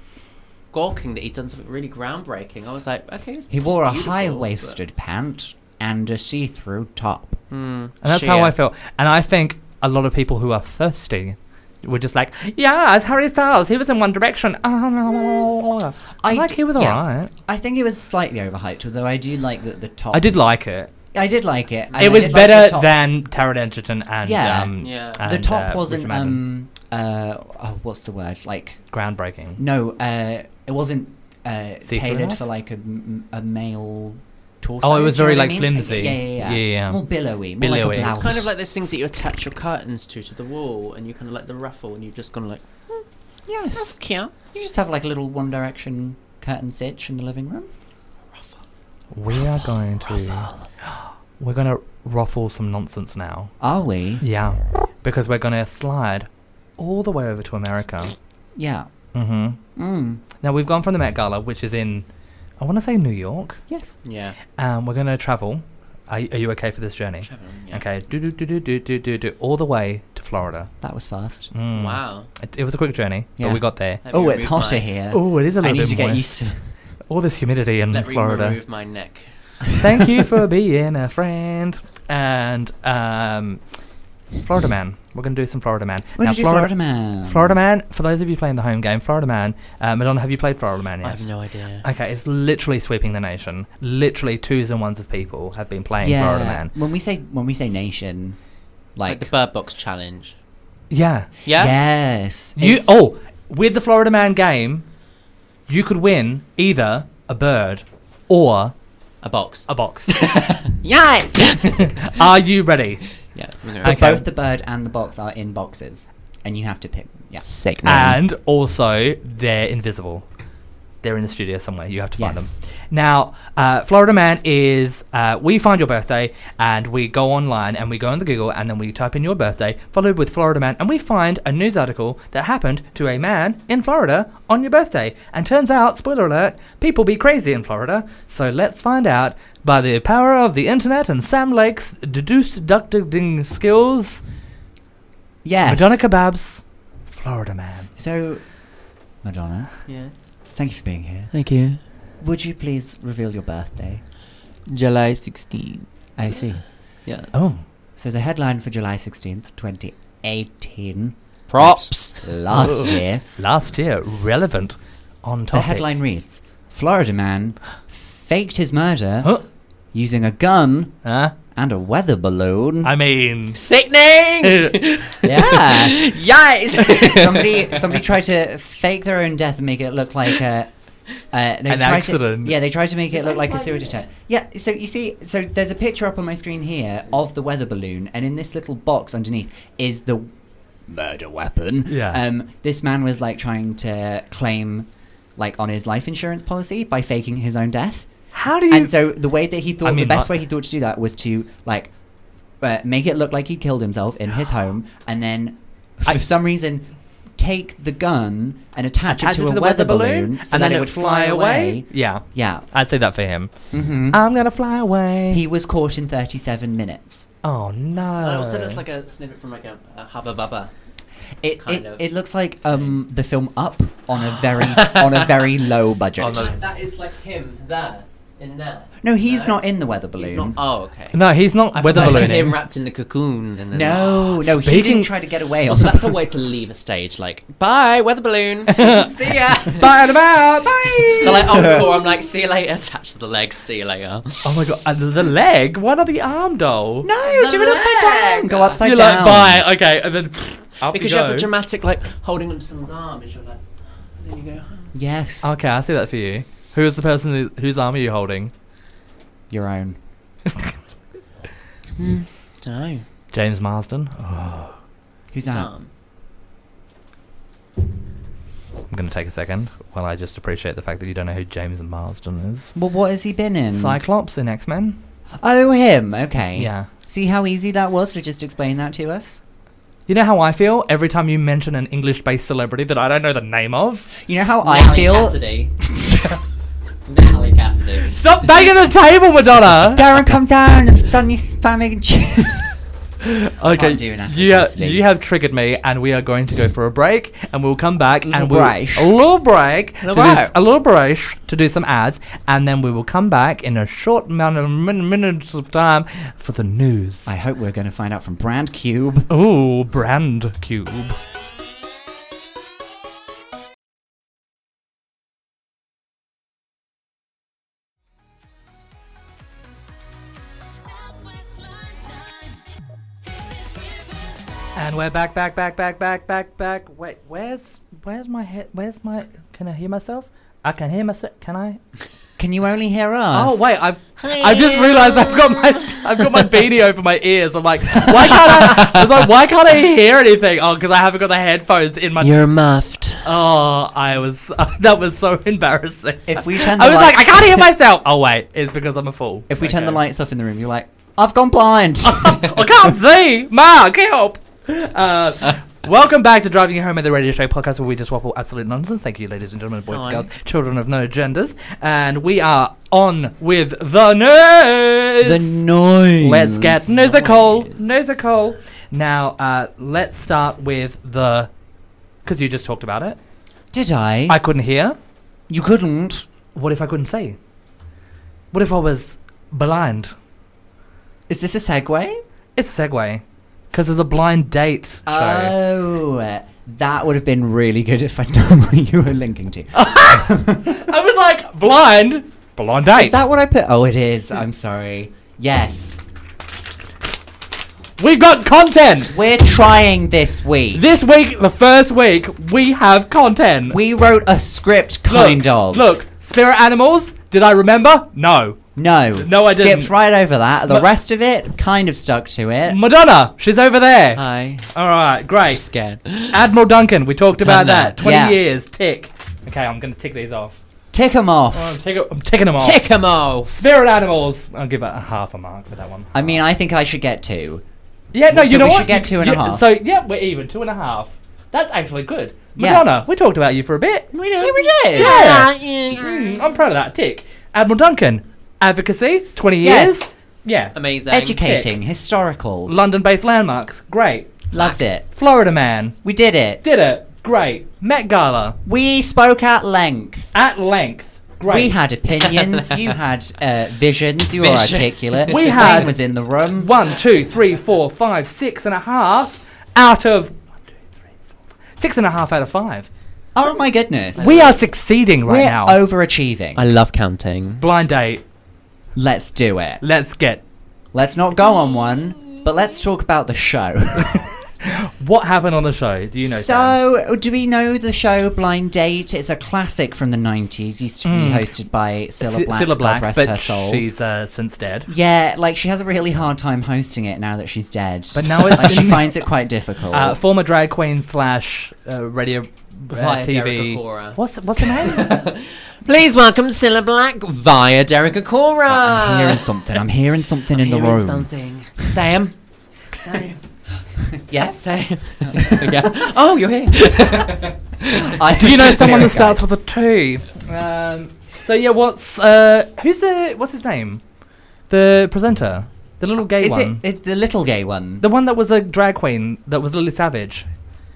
S3: gawking that he'd done something really groundbreaking. I was like, okay. It's,
S2: He wore a
S3: it's beautiful, but-
S2: high waisted pant and a see through top.
S3: Mm,
S1: And that's
S3: sheer.
S1: how I feel. And I think a lot of people who are thirsty were just like, yeah, it's Harry Styles. He was in One Direction. Oh, no. I
S2: I
S1: like
S2: d-
S1: he was
S2: yeah.
S1: alright.
S2: I think it was slightly overhyped, although I do like that the top
S1: I did like it.
S2: I did like it. and I
S1: it was
S2: did like the
S1: better
S2: top.
S1: than Taron Egerton and
S2: Yeah.
S1: um,
S3: Yeah.
S2: the
S1: and,
S2: top
S1: uh, Richard
S2: wasn't
S1: Madden.
S2: um uh oh, what's the word like
S1: groundbreaking.
S2: no uh it wasn't uh
S1: See-through
S2: tailored
S1: enough?
S2: for like a, m- a male torso
S1: Oh, it was
S2: do you know
S1: very,
S2: what I
S1: like,
S2: mean?
S1: flimsy.
S2: yeah yeah, yeah.
S1: Yeah, yeah.
S2: more billowy more
S1: Billowy.
S2: like a
S1: It's
S2: blouse
S3: It's kind of like those things that you attach your curtains to to the wall, and you kind of like the ruffle, and you've just gone like, that's
S2: yes
S3: cute.
S2: you just have like a little One Direction curtain stitch in the living room
S1: We are going to. We're going to ruffle some nonsense now.
S2: are we
S1: Yeah. Because we're going to slide all the way over to America.
S2: yeah
S1: Mm hmm.
S2: mm.
S1: Now, we've gone from the Met Gala, which is in, I want to say New York.
S2: yes
S3: Yeah.
S1: Um, we're going to travel. Are, y- are you okay for this journey?
S3: Traveling, yeah.
S1: Mm. Okay. Do do do do do do do do all the way to Florida.
S2: that was fast
S1: Mm.
S3: Wow.
S1: It, it was a quick journey, but
S2: Yeah.
S1: we got there.
S3: Let me
S2: oh it's
S3: remove
S2: hotter
S3: my-
S2: here
S1: Oh, it is a
S2: I
S1: little
S2: need
S1: bit
S2: to get
S1: moist.
S2: used to
S1: All this humidity in
S3: Let me
S1: Mm, Florida.
S3: remove my neck.
S1: Thank you for being a friend. And um, Florida Man. We're going to do some Florida Man.
S2: when
S1: now,
S2: did you Florida man
S1: Florida Man, for those of you playing the home game, Florida Man, uh, Madonna, have you played Florida Man yet?
S3: I have no idea.
S1: Okay, it's literally sweeping the nation. Literally, twos and ones of people have been playing
S2: yeah
S1: Florida Man.
S2: when we say when we say nation
S3: like
S2: like
S3: the bird box challenge.
S1: Yeah.
S3: Yeah.
S2: Yes.
S1: You
S2: It's-
S1: oh, with the Florida Man game, you could win either a bird or
S3: A box.
S1: a box. oh.
S3: Yes.
S1: Are you ready?
S3: yeah.
S2: But
S1: okay.
S2: both the bird and the box are in boxes, and you have to pick. Yeah. Um,
S3: Sick.
S1: And also, they're invisible. They're in the studio somewhere. You have to find
S2: Yes.
S1: them. Now, uh, Florida Man is uh, we find your birthday and we go online and we go into Google and then we type in your birthday, followed with Florida Man, and we find a news article that happened to a man in Florida on your birthday. And turns out, spoiler alert, people be crazy in Florida. So let's find out by the power of the internet and Sam Lake's deduced deducting skills,
S2: Yes.
S1: Madonna Kebabs, Florida Man.
S2: So, Madonna,
S3: Yeah.
S2: thank you for being here.
S3: Thank you.
S2: Would you please reveal your birthday?
S3: July 16th.
S2: I see.
S3: Yeah.
S1: Oh.
S2: So the headline for July 16th, 2018,
S3: Props.
S2: last year,
S1: Last year, relevant on
S2: the
S1: topic.
S2: headline reads Florida man faked his murder
S1: Huh?
S2: using a gun
S1: Huh?
S2: and a weather balloon.
S1: I mean,
S3: Sickening.
S2: yeah.
S3: Yikes.
S2: somebody somebody tried to fake their own death and make it look like a uh, they
S1: An
S2: tried
S1: accident.
S2: To, yeah, they tried to make it
S4: It's
S2: look
S4: like
S2: like a suicide
S4: funny.
S2: attack. Yeah, so you see, so there's a picture up on my screen here of the weather balloon, and in this little box underneath is the murder weapon.
S1: Yeah.
S2: Um, this man was like trying to claim, like on his life insurance policy by faking his own death.
S1: how do you?
S2: And so the way that he thought,
S1: mean,
S2: the best
S1: not-
S2: way he thought to do that was to like uh, make it look like he killed himself in his home, and then uh, for some reason take the gun and attach, it to a
S1: the
S2: weather balloon, so
S1: and
S2: that
S1: then
S2: it would fly away.
S1: Yeah,
S2: Yeah.
S1: I'd say that for him.
S2: hmm
S1: I'm gonna fly away.
S2: He was caught in 37 minutes.
S1: oh no!
S3: And also, there's like a snippet from like a, a Hubba Bubba.
S2: It,
S3: Kind
S2: it,
S3: of.
S2: it looks like um, the film Up on a very on a very low budget.
S1: On a-
S3: That is like him there, in there.
S2: No, he's
S3: No.
S2: not in the weather
S3: He's
S2: balloon.
S3: not. Oh, okay.
S1: no, he's not
S3: I
S1: weather
S3: thought
S1: ballooning.
S3: Him wrapped in the cocoon. And then
S2: no, no, he
S1: Speaking-
S2: didn't try to get away.
S3: Also,
S2: on
S3: that's
S2: the-
S3: a way to leave a stage. Like, bye, weather balloon. see ya.
S1: Bye and about. Bye.
S3: They're like, oh, cool. I'm like, see you later. Attach to the legs. See you later.
S1: oh my god! And the leg? Why not the arm, doll?
S2: No, do it upside down. Go upside
S1: You're
S2: down.
S1: like bye. Okay, and then up
S3: because
S1: you
S3: you
S1: go.
S3: have the dramatic, like, holding onto someone's arm, and you're like, and then you go.
S2: Yes.
S1: Okay, I see that for you. Who is the person who, whose arm are you holding?
S2: Your own.
S3: No.
S1: James Marsden. Oh,
S2: Who's that?
S1: I'm gonna take a second while I just appreciate the fact that you don't know who James Marsden is.
S2: Well, what has he been
S1: Mm.
S2: in?
S1: Cyclops in X Men.
S2: Oh, him. Okay.
S1: Yeah.
S2: See how easy that was to just explain that to us.
S1: You know how I feel every time you mention an English-based celebrity that I don't know the name of.
S2: You know how Uh, I
S3: Natalie
S2: feel.
S3: Cassidy. Natalie Cassidy.
S1: Stop banging the table, Madonna.
S2: Darren, come down. I've done your spam egg and cheese.
S1: Okay,
S2: Can't do an
S1: you, ha-
S2: ethnicity.
S1: you have triggered me, and we are going to go for a break, and we'll come back
S2: Little
S1: and we'll
S2: break.
S1: a little break,
S2: Little
S1: to do s-
S2: break.
S1: a little break to do some ads, and then we will come back in a short amount of min- minutes of time for the news.
S2: I hope we're going to find out from Brand Cube.
S1: Ooh, brand cube. And we're back, back, back, back, back, back, back. Wait, where's where's my head? Where's my? Can I hear myself? I can hear myself. Can I?
S2: Can you only hear us?
S1: Oh wait, I've I just realised I've got my I've got my beanie over my ears. I'm like, why can't I? I was like, why can't I hear anything? Oh, because I haven't got the headphones in my.
S3: You're muffed.
S1: Oh, I was that was so embarrassing.
S2: If we turn the
S1: I was
S2: light-
S1: like, I can't hear myself. Oh wait, it's because I'm a fool.
S2: If we turn the
S1: Okay.
S2: lights off in the room, you're like, I've gone blind.
S1: I can't see. Mark, help. Uh, welcome back to Driving You Home at the Radio Show podcast where we just waffle absolute nonsense. Thank you, ladies and gentlemen, boys and
S3: Hi.
S1: girls, children of no genders. And we are on with the news.
S2: the noise.
S1: Let's get musical,
S3: Noise.
S1: musical. Now, uh, let's start with the. Because you just talked about it.
S2: Did I?
S1: I couldn't hear.
S2: You couldn't.
S1: What if I couldn't see? What if I was blind?
S2: Is this a segue?
S1: It's a segue. Because of the blind date show.
S2: Oh, that would have been really good if I'd known what you were linking to.
S1: Oh. I was like, blind? Blind date.
S2: Is that what I put? Oh, it is. I'm sorry. Yes.
S1: We've got content!
S2: We're trying this week.
S1: This week, the first week, we have content.
S2: we wrote a script,
S1: look,
S2: kind of.
S1: Look, Spirit Animals, did I remember? No.
S2: No.
S1: No, I
S2: Skipped
S1: didn't.
S2: right over that. The
S1: Ma-
S2: rest of it kind of stuck to it.
S1: Madonna, she's over there.
S2: Uh.
S3: Hi.
S1: Alright, great.
S3: Scared.
S1: Admiral Duncan, we talked about
S3: Done
S1: that.
S3: that.
S1: 20
S2: Yeah.
S1: years, tick. Okay, I'm gonna tick these off.
S2: Tick 'em off.
S1: Oh, I'm, tick- I'm ticking them off.
S3: Tick 'em off.
S1: Spirit Animals, I'll give it a half a mark for that one.
S2: I mean, I think I should get two.
S1: Yeah, no,
S2: So
S1: you know
S2: we
S1: what?
S2: should get
S1: You-
S2: two and a
S1: you-
S2: half.
S1: So yeah, we're even two and a half. That's actually good.
S2: Yeah.
S1: Madonna, we talked about you for a bit. We did.
S2: Yeah, we did.
S1: Yeah.
S2: Hmm.
S1: Mm, I'm proud of that. Tick. Admiral Duncan, advocacy, 20
S2: Yes.
S1: years. Yeah.
S3: Amazing.
S2: Educating, historical.
S1: London-based landmarks, great.
S2: Loved it.
S1: Florida man,
S2: We did it.
S1: did it, great. Met Gala,
S2: We spoke at length.
S1: at length. Great.
S2: We had opinions. you had uh, visions. You were
S3: Vision.
S2: articulate.
S1: We
S2: Wayne
S1: had-
S2: was in the room.
S1: one, two, three, four, five, six and a half out of one, two, three, four, five, six and a half out of five.
S2: Oh my goodness.
S1: We are succeeding right
S2: We're
S1: now.
S2: overachieving.
S3: I love counting.
S1: Blind date.
S2: Let's do it.
S1: Let's get.
S2: Let's not go on one, but let's talk about the show.
S1: What happened on the show? Do you know? Sam?
S2: so, do we know the show Blind Date? It's a classic from the 90s. Used to be hosted by Cilla
S1: Si-
S2: Black.
S1: Hmm. Cilla
S2: God
S1: Black,
S2: rest
S1: but
S2: her soul.
S1: she's uh, since dead.
S2: Yeah, like she has a really hard time hosting it now that she's dead.
S1: But now it's
S2: like, she
S1: in-
S2: finds it quite difficult.
S1: Uh, former drag queen slash uh, radio uh,
S3: Via
S1: TV.
S3: Derek Acora.
S1: What's what's her name?
S3: Please welcome Cilla Black via Derek
S2: I'm hearing
S1: uh,
S3: Acora.
S2: something. I'm hearing something in the room.
S3: something. Sam.
S2: Yes.
S3: Sam. yeah. Oh, you're here.
S1: Do you know someone that starts with a T? Um, so yeah, what's uh, who's the what's his name? The presenter, the little gay
S2: Is it,
S1: one,
S2: it the little gay one?
S1: the one that was a drag queen that was Lily Savage.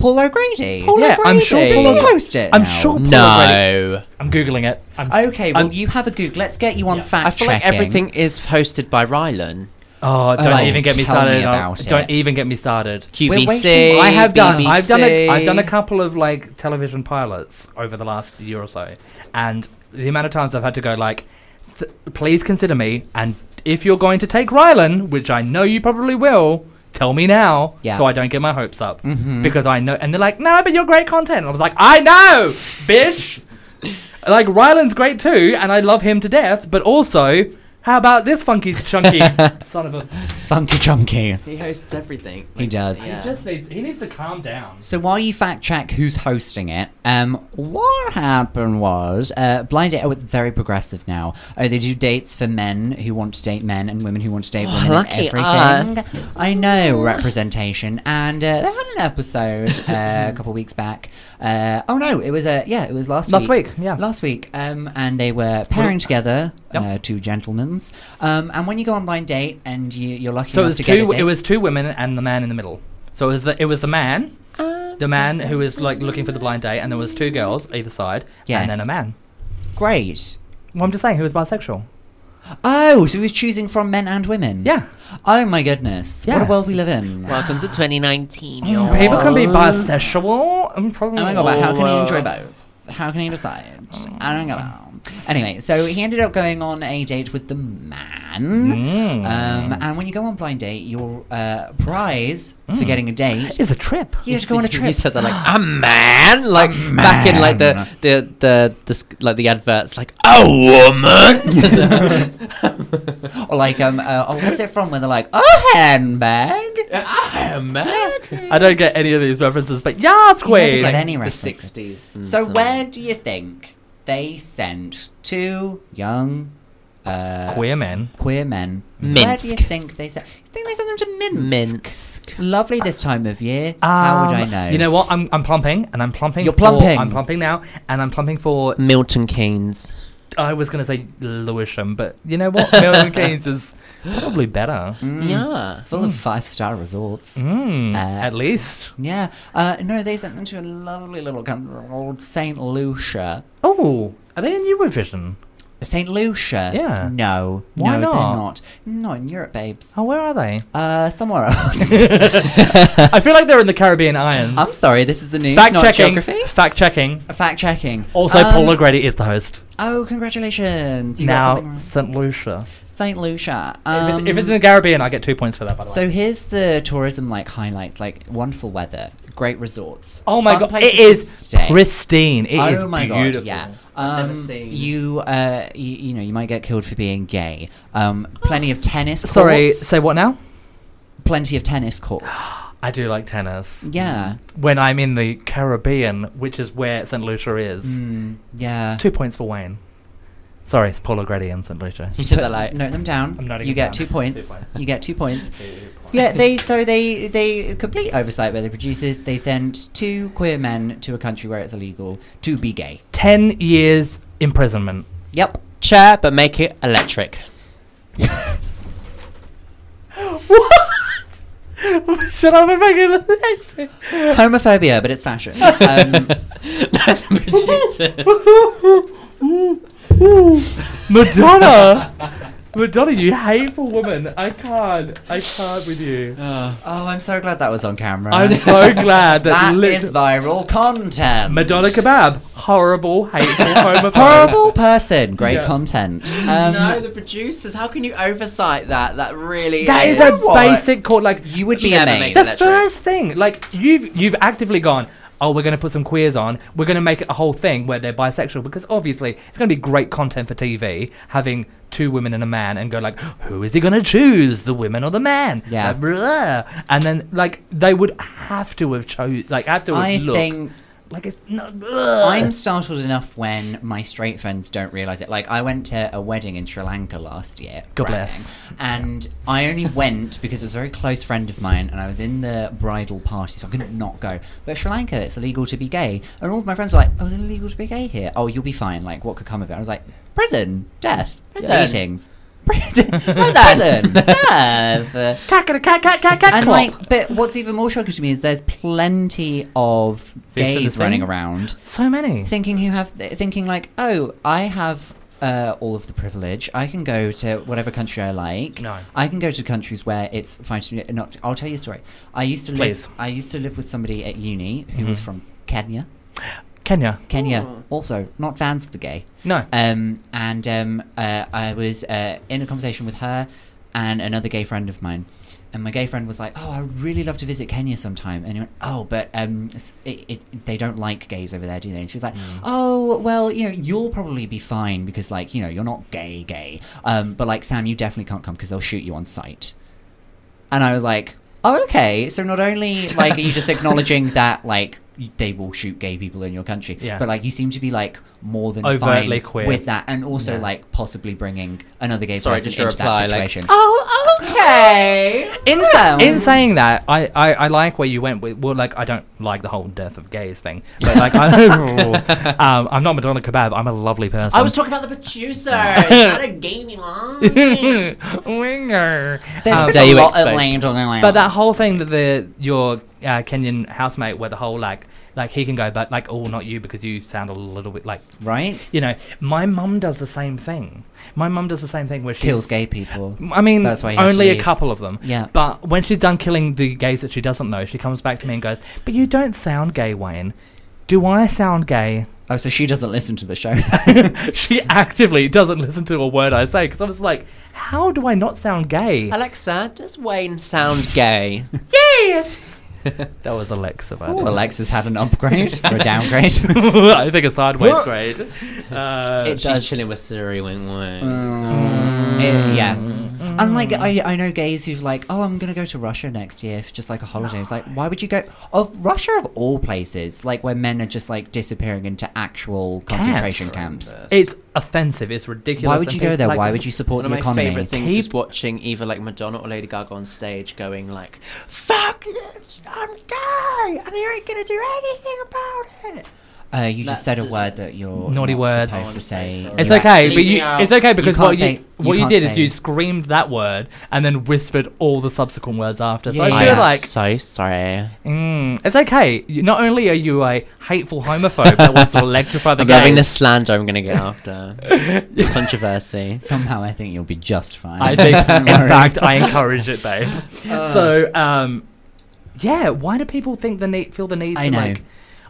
S2: Paul O'Grady.
S3: Paul
S1: yeah, I'm
S3: O'Grady.
S1: sure.
S2: Does
S1: Paul
S2: he
S1: O'Gra-
S2: host it?
S1: I'm
S2: now?
S1: sure. Paul O'Grady-
S3: No.
S1: I'm googling it. I'm,
S2: Okay, well
S1: I'm-
S2: you have a Google. Let's get you on fact
S3: I feel like
S2: checking.
S3: everything is hosted by Rylan.
S1: oh, don't
S2: Oh,
S1: even get me
S2: tell
S1: started.
S2: me
S1: on-
S2: about it.
S1: don't even get me started.
S2: We're
S3: QVC.
S2: waiting-
S1: I have done.
S3: BBC.
S1: I've done. A, I've done a couple of like television pilots over the last year or so, and the amount of times I've had to go like, th- "Please consider me," and if you're going to take Rylan, which I know you probably will, tell me now,
S2: Yeah.
S1: so I don't get my hopes up because I know. And they're like, "No, but you're great content." And I was like, "I know, bitch." like Rylan's great too, and I love him to death, but also. How about this funky chunky son of a?
S2: Funky chunky.
S3: He hosts everything.
S2: He does.
S3: Yeah.
S1: He just needs. He needs to calm down.
S2: So while you fact check who's hosting it, um, what happened was uh, Blind Date. Oh, it's very progressive now. Oh, they do dates for men who want to date men and women who want to date
S1: Oh,
S2: women.
S3: lucky
S2: and everything.
S3: us.
S2: I know representation, and uh, they had an episode uh, a couple weeks back. Uh, oh no, it was uh, yeah, it was last
S1: Last
S2: week.
S1: week, yeah.
S2: last week. Um, and they were pairing together,
S1: Yep.
S2: uh, two gentlemen's. Um, and when you go on Blind Date and you, you're lucky
S1: So it
S2: enough
S1: was
S2: to get a
S1: two.
S2: date,
S1: It was two women and the man in the middle. So it was the it was the man,
S2: Ah,
S1: the man who was like looking for the blind date, and there was two girls either side,
S2: Yes.
S1: and then a man.
S2: great.
S1: Well, I'm just saying, who was bisexual?
S2: Oh, so he was choosing from men and women.
S1: Yeah,
S2: Oh my goodness. What
S1: Yeah.
S2: a world we live in.
S3: Welcome to 2019. y'all.
S1: Oh, people can be bisexual. I'm probably.
S2: oh my god, but how can you
S3: Oh,
S2: enjoy
S3: uh, Hmm.
S2: both? How can you decide? I don't know. Anyway, so he ended up going on a date with the man.
S3: Hmm.
S1: Mm.
S2: Um, and when you go on blind date, your uh, prize for getting a date
S1: It's a trip.
S2: you have to go on a trip.
S3: Hmm. You said that like a man, like back in like the the the, the sc- like the adverts, like a woman.
S2: or like, um, uh, oh, what's it from? When they're like, oh, handbag.
S3: a man.
S1: I don't get any of these references, but yeah,
S2: You
S1: Queen.
S2: never get any
S3: The
S2: references.
S3: sixties. Mm,
S2: So where do you think they sent two young uh,
S1: Queer men.
S2: queer men. Where do you
S3: Minsk.
S2: think they sent? You think they sent them to Minsk?
S3: Minsk.
S2: Lovely this time of year. How would I
S1: Um,
S2: know?
S1: You know what? I'm, I'm plumping, and I'm plumping.
S2: You're
S1: for-
S2: plumping. Mm.
S1: I'm plumping now, and I'm plumping for.
S3: Milton Keynes.
S1: I was going to say Lewisham, but you know what? Milton Keynes is probably
S2: Mm.
S1: better.
S3: Yeah.
S2: Full of five star resorts.
S1: Mm,
S2: Uh,
S1: at least.
S2: Yeah. Uh, no, they sent them to a lovely little country called Saint Lucia.
S1: Oh, are they in Eurovision?
S2: Saint Lucia.
S1: Yeah.
S2: No.
S1: Why
S2: no,
S1: not?
S2: They're not. Not in Europe, babes.
S1: Oh, where are they?
S2: Uh, somewhere else.
S1: I feel like they're in the Caribbean Islands.
S2: I'm sorry. This is the news,
S1: fact
S2: Uh, not
S1: checking.
S2: geography.
S1: Fact checking.
S2: Fact checking.
S1: Also,
S2: Um,
S1: Paul O'Grady is the host.
S2: Oh, congratulations! You got something
S1: Now,
S2: right.
S1: St. Lucia.
S2: Saint Lucia.
S1: if,
S2: Um,
S1: it's, if it's in the Caribbean, I get two points for that, by the
S2: So
S1: way.
S2: here's the tourism like highlights, like wonderful weather, great resorts.
S1: Oh my
S2: fun
S1: god,
S2: places
S1: it
S2: to
S1: is
S2: stay.
S1: pristine. It
S2: oh
S1: is
S2: my
S1: beautiful.
S2: god, yeah.
S3: I've never
S2: Um,
S3: seen-
S2: you, uh, you, you know, you might get killed for being gay. Um, plenty of tennis. Courts,
S1: Sorry, say what now?
S2: plenty of tennis courts.
S1: I do like tennis.
S2: yeah,
S1: When I'm in the Caribbean, which is where St. Lucia is.
S2: mm, yeah.
S1: Two points for Wayne. Sorry, it's Paul O'Grady and St. Lucia.
S3: You did
S2: Put-
S3: that like.
S2: note them down.
S1: I'm noting
S2: you
S1: it down.
S2: get two
S1: Two
S2: points.
S1: points.
S2: You get two points. yeah, they so they they complete oversight by the producers. They send two queer men to a country where it's illegal to be gay.
S1: Ten years imprisonment.
S2: Yep.
S3: Chair, but make it electric.
S1: Shut up and make it electric.
S2: Homophobia, but it's fashion. Um,
S3: No, the producers.
S1: Ooh, Madonna. Madonna, you hateful woman. I can't. I can't with you.
S2: Oh, I'm so glad that was on camera.
S1: I'm so glad that,
S2: That
S1: lit-
S2: is viral content.
S1: Madonna Kebab. Horrible, hateful, homophobe.
S2: Horrible person. Great
S1: Yeah.
S2: content. Um,
S3: no, the producers. How can you oversight that? That really
S1: That is
S3: is
S1: a
S2: What?
S1: basic chord. Like
S2: You would be
S3: Never
S2: amazed.
S3: make
S1: That's the
S3: That's right.
S1: first thing. Like you've you've actively gone. Oh, we're going to put some queers on. We're going to make it a whole thing where they're bisexual because obviously it's going to be great content for TV having two women and a man and go like, who is he going to choose, the women or the man?
S2: Yeah.
S1: Blah, blah. And then like they would have to have chose like have to have
S2: I
S1: looked.
S2: think
S1: like it's not.
S2: I'm startled enough when my straight friends don't realise it. Like, I went to a wedding in Sri Lanka last year.
S1: God
S2: bragging,
S1: bless.
S2: And I only went because it was a very close friend of mine and I was in the bridal party, so I couldn't not go. But Sri Lanka, it's illegal to be gay. And all of my friends were like, oh, it's illegal to be gay here. Oh, you'll be fine. Like, what could come of it? I was like, prison, death,
S3: Prison.
S2: beatings. Prison, prison, death.
S1: cat cat cat cat cat cat
S2: And
S1: clop.
S2: like, but what's even more shocking to me is there's plenty of
S1: Fish in the
S2: gays
S1: sea?
S2: running around
S1: so many.
S2: thinking who have thinking like oh i have uh, all of the privilege i can go to whatever country i like
S1: No.
S2: i can go to countries where it's fine to not i'll tell you a story i used to live
S1: Please.
S2: i used to live with somebody at uni who was
S1: Mhm.
S2: from kenya
S1: Kenya.
S2: kenya
S3: Oh.
S2: also not fans for gay
S1: No.
S2: um, and um, uh, I was uh, in a conversation with her and another gay friend of mine. And my gay friend was like, "Oh, I would really love to visit Kenya sometime." And he went, "Oh, but um, s- it, it, they don't like gays over there, do they?" And she was like,
S1: Mm.
S2: "Oh, well, you know, you'll probably be fine because, like, you know, you're not gay, gay. Um, but like, Sam, you definitely can't come because they'll shoot you on sight." And I was like, "Oh, okay. So not only like are you just acknowledging that like they will shoot gay people in your country,
S1: Yeah.
S2: but like you seem to be like more than
S1: Overtly
S2: fine
S1: queer.
S2: with that, and also
S1: Yeah.
S2: like possibly bringing another gay
S3: Sorry,
S2: person
S3: did you
S2: into
S3: reply,
S2: that
S3: like,
S2: situation.
S3: Oh, okay.
S1: In,
S2: Well.
S1: in saying that, I, I, I like where you went with. Well, like I don't like the whole death of gays thing, but like I, um, I'm not Madonna Kebab. I'm a lovely person.
S3: I was talking about the producers. Not a gaming one.
S1: winger.
S2: There's
S1: Um,
S2: been
S3: Dare you
S2: a lot
S3: expect-
S2: of laying talking around.
S1: but that whole thing that the your uh, Kenyan housemate, where the whole like like he can go, but like oh, not you because you sound a little bit like
S2: right
S1: you know. My mum does the same thing. My mum does the same thing where she
S2: kills gay people.
S1: I mean,
S2: That's why you have to
S1: only a
S2: leave.
S1: couple of them.
S2: Yeah.
S1: But when she's done killing the gays that she doesn't know, she comes back to me and goes, "But you don't sound gay, Wayne. Do I sound gay?"
S2: Oh, so she doesn't listen to the show.
S1: she actively doesn't listen to a word I say because I was like, "How do I not sound gay?"
S3: Alexa, does Wayne sound gay?
S1: Yes. that was Alexa. By the
S2: Ooh,
S1: way.
S2: Alexa's had an upgrade or a downgrade.
S1: I think a sideways
S2: What?
S1: grade. Uh,
S2: It does.
S3: She's chilling with Siri Wing Wing.
S2: Mm. It- yeah. And like I, I know gays who's like, oh, I'm gonna go to Russia next year for just like a holiday. It's like, why would you go? Of Russia of all places, like where men are just like disappearing into actual concentration camps.
S1: it's offensive. It's ridiculous.
S2: Why would
S1: and
S2: you go
S1: people-
S2: there?
S1: like,
S2: why would you support
S3: One of
S2: the
S3: my
S2: economy?
S3: favorite things
S1: Keep-
S3: is watching either like Madonna or Lady Gaga on stage going like, "Fuck this, I'm gay, and they ain't gonna do anything about it."
S2: Uh, you just said a
S3: That's-
S2: word that you're
S1: Naughty
S2: not
S1: words.
S2: supposed
S3: Oh,
S2: to
S3: I'm so
S2: say.
S3: sorry.
S1: It's
S2: You
S1: okay,
S3: Leave
S1: but
S3: me
S1: you,
S3: out.
S1: it's okay because
S2: can't
S1: what
S2: say-
S1: you
S2: you
S1: what you,
S2: can't
S1: did is
S2: say.
S1: you screamed that word and then whispered all the subsequent words after. So
S2: Yeah.
S1: I
S3: I
S1: feel
S3: am
S1: like
S3: so sorry.
S1: mm, it's okay. You- Not only are you a hateful homophobe that wants to electrify the
S3: I'm loving
S1: gays,
S3: the slander I'm gonna get after the controversy.
S2: Somehow I think you'll be just fine.
S1: I think, in
S2: Don't worry.
S1: fact, I encourage it, babe. so, um, yeah, why do people think the need feel the need
S2: I
S1: to
S2: know.
S1: like?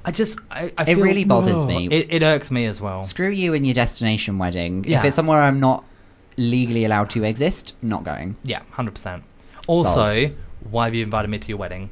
S1: I just, I, I
S2: It
S1: feel-
S2: really bothers me.
S1: It, it irks me as well.
S2: Screw you and your destination wedding.
S1: Yeah.
S2: If it's somewhere I'm not legally allowed to exist, not going.
S1: Yeah, hundred percent. Also, why have you invited me to your wedding?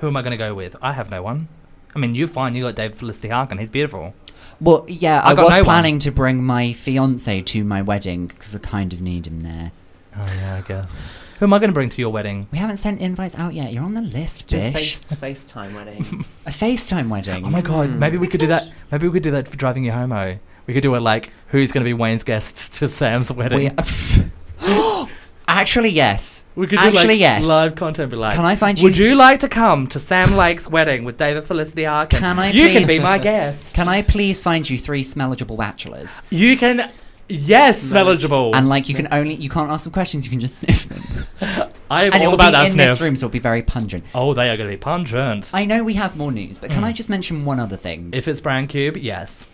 S1: Who am I going to go with? I have no one. I mean, you're fine. You got Dave Felicity Harkin. He's beautiful.
S2: Well, yeah,
S1: I
S2: I,
S1: got
S2: was
S1: no one.
S2: planning to bring my fiance to my wedding because I kind of need him there.
S1: Oh yeah, I guess. Who am I going to bring to your wedding?
S2: We haven't sent invites out yet. You're on the list, bish.
S3: FaceTime wedding.
S2: A FaceTime wedding.
S1: Oh my god,
S3: Hmm.
S1: maybe we could do that. Maybe we could do that for driving you homo. We could do it like who's going to be Wayne's guest to Sam's wedding.
S2: We-
S1: We,
S2: Actually, yes.
S1: could do
S2: Actually,
S1: like
S2: yes.
S1: live content. Be like,
S2: Can I find
S1: Would
S2: you-
S1: you like to come to Sam Lake's wedding with David Felicity Harkin?
S2: Can I
S1: You can be
S2: please-
S1: my guest.
S2: Can I please find you three smelligeable bachelors?
S1: You can. Yes, eligible.
S2: and like, you can only you can't ask them questions. You can just sniff them.
S1: I am
S2: and
S1: all
S2: it'll
S1: about
S2: be
S1: that
S2: in
S1: sniff.
S2: this room, so it'll be very pungent.
S1: Oh, they are going to be pungent. Hmm.
S2: I know we have more news, but can I just mention one other thing?
S1: If it's Brand Cube, yes.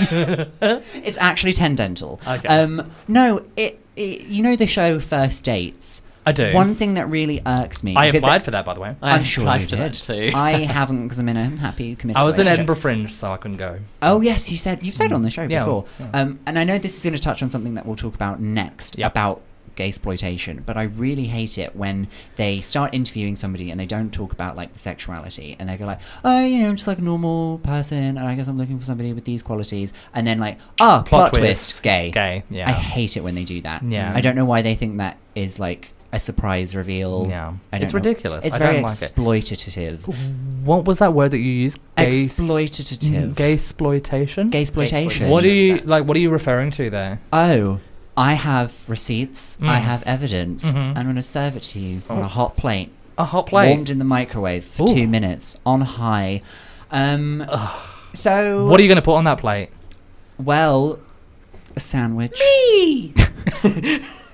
S2: It's actually ten dental.
S1: Okay.
S2: Um, no, it, it. You know the show First Dates.
S1: I do.
S2: One thing that really irks me.
S1: I
S2: because
S1: applied for that, by the way.
S2: I'm sure
S3: applied
S2: you
S3: for
S2: did.
S3: that too.
S2: I haven't because I'm in a happy committed.
S1: I was in
S2: relationship.
S1: Edinburgh Fringe, so I couldn't go.
S2: Oh yes, you said you've said on the show
S1: Mm. Yeah,
S2: before,
S1: yeah.
S2: Um, and I know this is going to touch on something that we'll talk about next
S1: Yep.
S2: about gay exploitation. But I really hate it when they start interviewing somebody and they don't talk about like the sexuality, and they go like, "Oh, you know, I'm just like a normal person, and I guess I'm looking for somebody with these qualities," and then like, "Ah, plot, twist, gay."
S1: Gay,
S2: I
S1: yeah.
S2: hate it when they do that.
S1: Yeah.
S2: I don't know why they think that is like a surprise reveal.
S1: Yeah.
S2: I don't
S1: It's
S2: know.
S1: ridiculous.
S2: It's
S1: I
S2: very
S1: don't like it.
S2: exploitative.
S1: what was that word that you used? Gay mm,
S2: Exploitative.
S1: Gay exploitation.
S2: Gay exploitation.
S1: What are you
S3: That's-
S1: like? What are you referring to there?
S2: oh, I have receipts, I
S1: Mm.
S2: have evidence,
S1: Mhm.
S2: and I'm going to serve it to you on a hot plate,
S1: A hot plate.
S2: warmed in the microwave for
S1: Ooh.
S2: two minutes on high. Um, so,
S1: What are you going to put on that plate?
S2: well, a sandwich.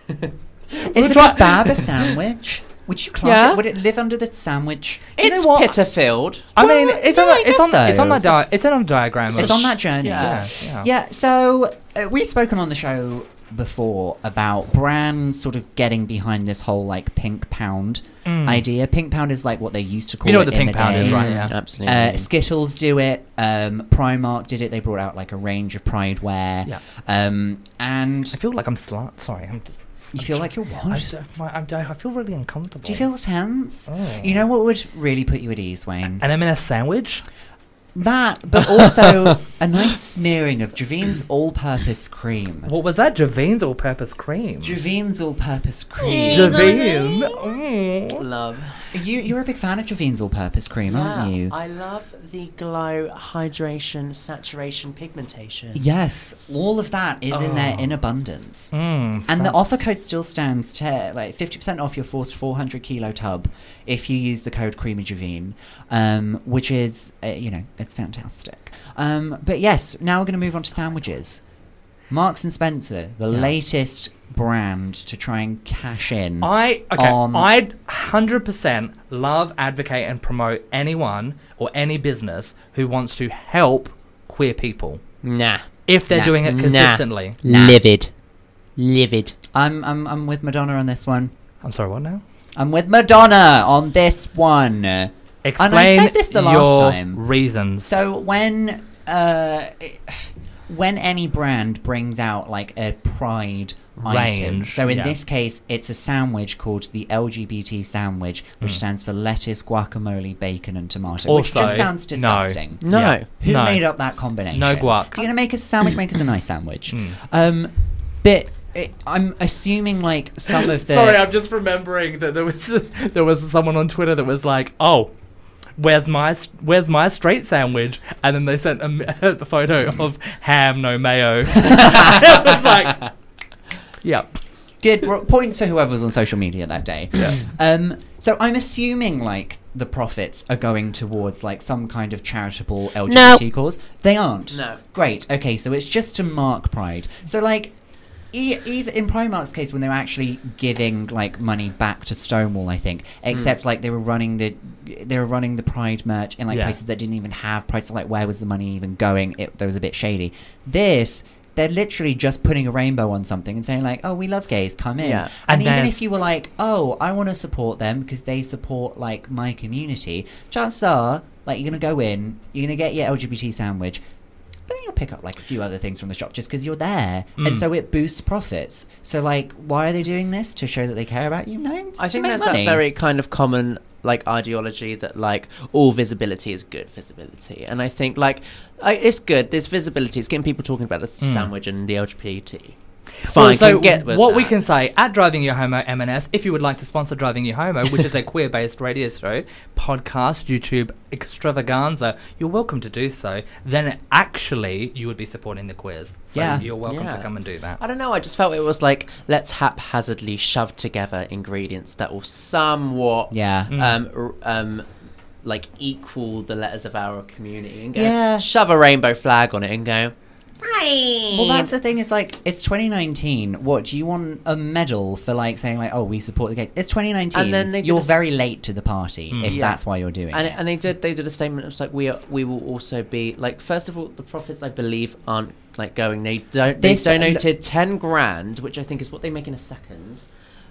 S1: We'll
S2: Is it
S1: try-
S2: a kebab a sandwich? Would you class
S3: Yeah.
S2: it? Would it live under the sandwich?
S1: You know
S3: it's
S1: what?
S3: Pitterfield.
S1: I
S2: Well,
S1: mean, it's
S2: yeah,
S1: on, that-
S2: I
S1: it's on,
S2: guess
S1: it's on
S2: so.
S1: that di- it's on that diagram. of-
S2: It's on that journey.
S1: Yeah,
S3: Yeah.
S1: yeah.
S2: Yeah, so uh, we've spoken on the show before about Bran sort of getting behind this whole like pink pound
S1: Mm.
S2: idea. Pink pound is like what they used to call
S1: You know
S2: it
S1: what the
S2: in
S1: pink pound
S2: day.
S1: is, right? Yeah.
S3: Absolutely.
S2: Uh, Skittles do it. Um, Primark did it. They brought out like a range of Pride wear.
S1: Yeah.
S2: Um, and
S1: I feel like I'm slut. Sorry, I'm just.
S2: you feel like you're
S1: I,
S2: what?
S1: don't- my- I'm, di- I feel really uncomfortable.
S2: Do you feel tense?
S1: Oh.
S2: You know what would really put you at ease, Wayne?
S1: An M&S sandwich?
S2: That, but also a nice smearing of Javine's all-purpose cream.
S1: What was that? Javine's all-purpose cream.
S2: Javine's all-purpose cream.
S1: Javine. Mm.
S3: love.
S2: You you're a big fan of Javine's all-purpose cream, aren't you?
S3: I love the glow, hydration, saturation, pigmentation.
S2: yes, all of that is in there
S1: Oh.
S2: in abundance.
S1: Mm,
S2: And the
S1: fun-
S2: offer code still stands to like fifty percent off your forced four hundred kilo tub if you use the code Creamy Javine, um, which is uh, you know it's fantastic. Um, but yes, now we're going to move on to sandwiches. Marks and Spencer, the
S1: Yeah.
S2: latest brand to try and cash in.
S1: I okay.
S2: on-
S1: I hundred percent love, advocate, and promote anyone or any business who wants to help queer people
S3: Nah.
S1: if they're
S2: Nah.
S1: doing it
S3: Nah.
S1: consistently.
S2: Nah.
S3: Livid. Livid.
S2: I'm I'm I'm with Madonna on this one.
S1: I'm sorry, what now?
S2: I'm with Madonna on this one.
S1: Explain
S2: said this the last
S1: your
S2: time.
S1: reasons.
S2: So when uh, it- when any brand brings out like a pride item,
S1: Range,
S2: so in
S1: yeah.
S2: this case it's a sandwich called the LGBT sandwich, which stands for lettuce, guacamole, bacon, and tomato, which
S1: Mm. also,
S2: just sounds
S1: no.
S2: disgusting.
S3: No.
S1: Yeah.
S2: Who
S1: no.
S2: made up that combination?
S1: No guac. Mm.
S2: If you're gonna make a sandwich, make us a nice sandwich. Um, but it, I'm assuming like some of the
S1: Sorry, I'm just remembering that there was there was someone on Twitter that was like, "Oh, where's my s- where's my straight sandwich?" And then they sent a, m- a photo of ham, no mayo. it was like, yeah,
S2: good ro- points for whoever was on social media that day.
S1: Yeah.
S2: Um, so I'm assuming like the profits are going towards like some kind of charitable LGBT cause. They aren't.
S3: No.
S2: Great. Okay, so it's just to mark Pride. So like. e- Even in Primark's case, when they were actually giving like money back to Stonewall, I think, except like they were running the they were running the Pride merch in like
S1: Hmm. Yeah.
S2: places that didn't even have Pride. So like, where was the money even going? It that was a bit shady. This they're literally just putting a rainbow on something and saying like, oh, we love gays, come in.
S3: Yeah.
S2: And,
S1: And
S2: even
S1: there's-
S2: if you were like, oh, I want to support them because they support like my community, chances are like you're gonna go in, you're gonna get your LGBT sandwich, but then you'll pick up like a few other things from the shop just because you're there, and
S1: Mm.
S2: so it boosts profits. So like, why are they doing this to show that they care about you? No, it's
S3: I
S2: to
S3: think
S2: make
S3: there's
S2: money.
S3: that very kind of common like ideology that like all visibility is good visibility, and I think like I, it's good. There's visibility. It's getting people talking about the sandwich and the LGBT. Fine,
S1: Well, so
S3: can get with
S1: what we
S3: that.
S1: can say at Driving Your Homo M&S, if you would like to sponsor Driving Your Homo, which is a queer-based radio show, podcast, YouTube extravaganza, you're welcome to do so. Then actually, you would be supporting the queers. So
S2: Yeah.
S1: you're welcome to
S3: Yeah.
S1: come and do that.
S3: I don't know. I just felt it was like let's haphazardly shove together ingredients that will somewhat
S2: yeah. Uh,
S3: um r- um like equal the letters of our community and go
S2: Yeah.
S3: shove a rainbow flag on it and go Right.
S2: Well, that's the thing. It's like it's 2019. What do you want a medal for? Like saying like, oh, we support the gays. It's 2019.
S3: And then they did
S2: you're
S3: a s-
S2: very late to the party if
S3: Yeah.
S2: that's why you're doing
S3: and,
S2: it.
S3: and they did they did a statement of like we are, we will also be like first of all the profits I believe aren't like going they don't they
S2: This-
S3: donated ten grand which I think is what they make in a second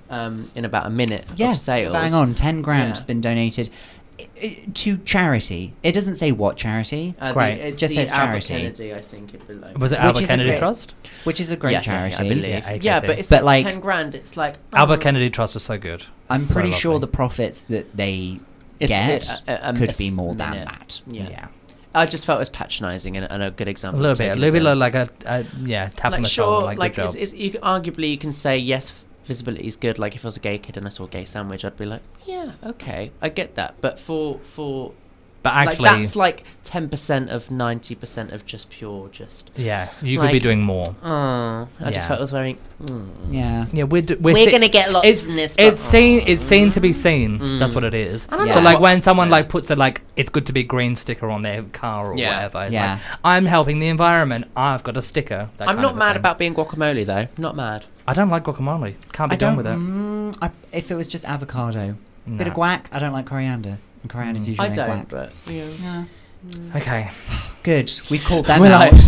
S3: um in about a minute of sales
S2: Bang on, ten grand's
S3: Yeah.
S2: been donated i- i- to charity. It doesn't say what charity,
S3: uh, the-
S1: Great.
S3: it's
S2: Just
S3: the
S2: says
S3: Albert
S2: charity.
S3: Kennedy I think it below
S1: Was it
S2: Which
S1: Albert
S2: is a
S1: Kennedy
S2: great-
S1: Trust?
S2: which is a great
S3: yeah,
S2: charity.
S3: yeah, I believe.
S1: Yeah,
S3: yeah,
S1: AKC.
S3: but it's
S2: But,
S3: like
S2: like-
S3: ten grand it's like
S1: Albert
S3: oh.
S1: Kennedy Trust was so good.
S2: I'm
S1: So
S2: pretty sure the
S1: lovely.
S2: profits that they
S3: It's-
S2: get
S3: it- uh, um,
S2: could
S3: it's
S2: be more than
S3: minute.
S2: that.
S3: Yeah.
S1: Mm.
S3: I just felt it was patronising and, and a good
S1: a
S3: example
S1: little
S3: to
S1: bit, a
S3: take
S1: little bit
S3: as a-
S1: like a, a yeah tap on
S3: like
S1: the
S3: sure,
S1: shoulder, like,
S3: like
S1: good
S3: it's,
S1: job.
S3: it's, you can, arguably you can say yes, f- visibility is good. Like if I was a gay kid and I saw a gay sandwich, I'd be like, yeah, okay, I get that. But for for
S1: but actually,
S3: like that's like ten percent of ninety percent of just pure just.
S1: yeah, you could be
S3: like-
S1: doing more.
S3: Oh, I
S1: Yeah.
S3: just felt it was very. Mm.
S2: Yeah.
S1: Yeah, we're d- we're,
S3: We're,
S1: se-
S3: gonna get lots
S1: it's,
S3: from this. Mm.
S1: it's
S3: but-
S1: seen it's seen to be seen. That's what it is.
S3: I don't
S1: So
S2: know.
S1: like when someone
S3: Yeah.
S1: like puts a like it's good to be green sticker on their car or
S3: Yeah.
S1: whatever. It's
S2: Yeah.
S1: like, I'm helping the environment. I've got a sticker. that
S3: I'm
S1: kind
S3: not
S1: of a
S3: mad
S1: thing.
S3: about being guacamole though. Not mad.
S1: I don't like guacamole. Can't be
S2: I
S1: done
S2: don't.
S1: with it.
S2: Mm, I, if it was just avocado, bit of
S1: Nah.
S2: guac. I don't like coriander. And coriander's
S1: Mm.
S2: usually
S3: I
S2: in
S3: don't,
S2: guac.
S3: but yeah.
S2: No.
S1: Okay.
S2: Good. We've called them
S3: We're
S2: out.
S3: like-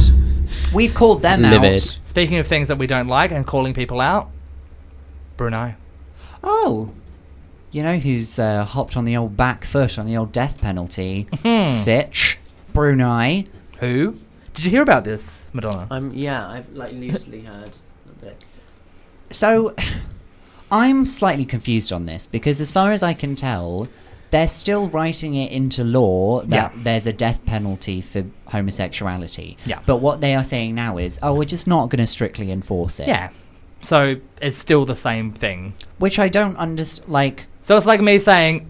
S2: We've called them
S3: Livid.
S2: out.
S1: Speaking of things that we don't like and calling people out, Bruno.
S2: Oh. You know who's uh, hopped on the old back foot on the old death penalty?
S1: Hmm.
S2: Sitch. Brunei.
S1: Who? Did you hear about this, Madonna?
S3: I'm yeah. I've like loosely heard a bit.
S2: So, I'm slightly confused on this because, as far as I can tell, they're still writing it into law that
S1: Yeah.
S2: there's a death penalty for homosexuality.
S1: Yeah.
S2: But what they are saying now is, oh, we're just not going to strictly enforce it.
S1: yeah. So it's still the same thing.
S2: Which I don't understand. Like,
S1: So it's like me saying,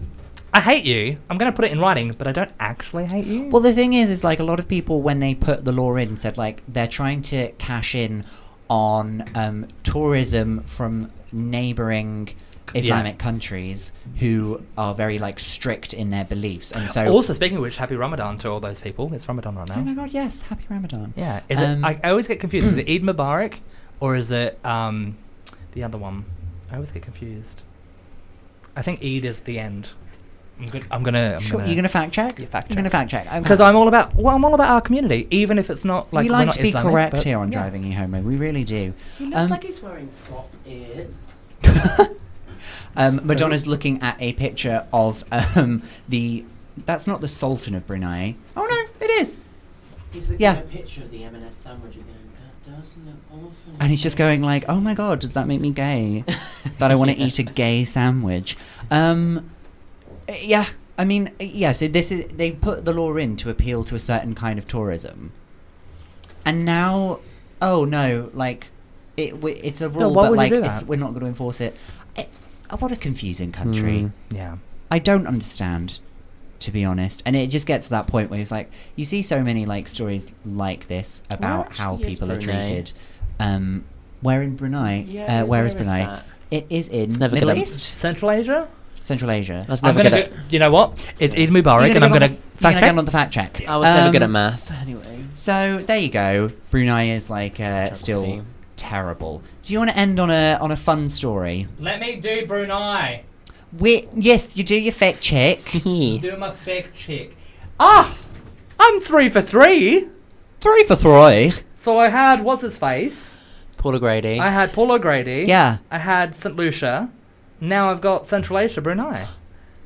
S1: I hate you. I'm going to put it in writing, but I don't actually hate you.
S2: Well, the thing is, is like a lot of people when they put the law in said like they're trying to cash in on um, tourism from neighboring
S1: Yeah.
S2: Islamic countries who are very like strict in their beliefs, and so
S1: also, speaking of which, happy Ramadan to all those people. It's Ramadan right
S2: oh my
S1: now.
S2: god, yes, happy Ramadan.
S1: Yeah. Is
S2: Um,
S1: it, I, I always get confused. is it Eid Mubarak or is it um, the other one? I always get confused. I think Eid is the end. I'm going to. I'm gonna, I'm
S2: Sure,
S1: gonna,
S2: you're gonna fact check.
S1: Yeah, fact
S2: You're gonna
S1: check.
S2: fact check okay.
S1: because I'm all about well, I'm all about our community, even if it's not like
S2: we
S1: we're
S2: like
S1: not
S2: to be
S1: Islamic,
S2: correct
S1: but-
S2: here on
S1: yeah.
S2: driving you homo. We really do.
S3: He looks
S2: Um,
S3: like he's wearing prop ears.
S2: Um, Madonna's looking at a picture of um, the. That's not the Sultan of Brunei. Oh no, it is.
S3: He's looking
S2: Yeah.
S3: at a picture of the M&S sandwich and going, that doesn't look awful.
S2: and he's just going like, "Oh my god, does that make me gay? that I want to
S3: Yeah.
S2: eat a gay sandwich." Um, uh, yeah, I mean, uh, yeah. So this is they put the law in to appeal to a certain kind of tourism, and now, oh no, like it, w- it's a rule,
S1: why
S2: but
S1: would you
S2: like
S1: do
S2: it's,
S1: that?
S2: we're not going to enforce it. it uh, what a confusing country.
S3: Mm.
S1: Yeah.
S2: I don't understand, to be honest. And it just gets to that point where it's like you see so many like stories like this about how
S3: actually is
S2: people are
S3: Brunei?
S2: treated. Um, where in Brunei?
S3: Yeah,
S2: uh, where
S3: where
S2: is
S3: is
S2: Brunei?
S3: that?
S2: It is in
S3: never
S2: Middle
S3: gonna-
S2: East,
S1: Central Asia.
S2: Central Asia.
S3: I was
S1: I'm
S3: never
S1: gonna
S3: good
S1: go,
S3: at.
S1: you know what? It's Eid
S2: You're
S1: Mubarak, and I'm
S2: get on
S1: gonna
S2: the- you're
S1: fact
S2: gonna get
S1: check.
S2: on the fact check.
S3: I was never good at
S2: Um,
S3: math. Anyway.
S2: So there you go. Brunei is like uh, still
S3: Geography.
S2: terrible. Do you want to end on a on a fun story?
S1: Let me do Brunei.
S2: We yes, you do your fact check.
S1: Do my fact check. Ah, I'm three for three.
S2: three for three.
S1: So I had what's his face?
S3: Paul O'Grady.
S1: I had Paul O'Grady.
S2: Yeah.
S1: I had St Lucia. Now I've got Central Asia, Brunei.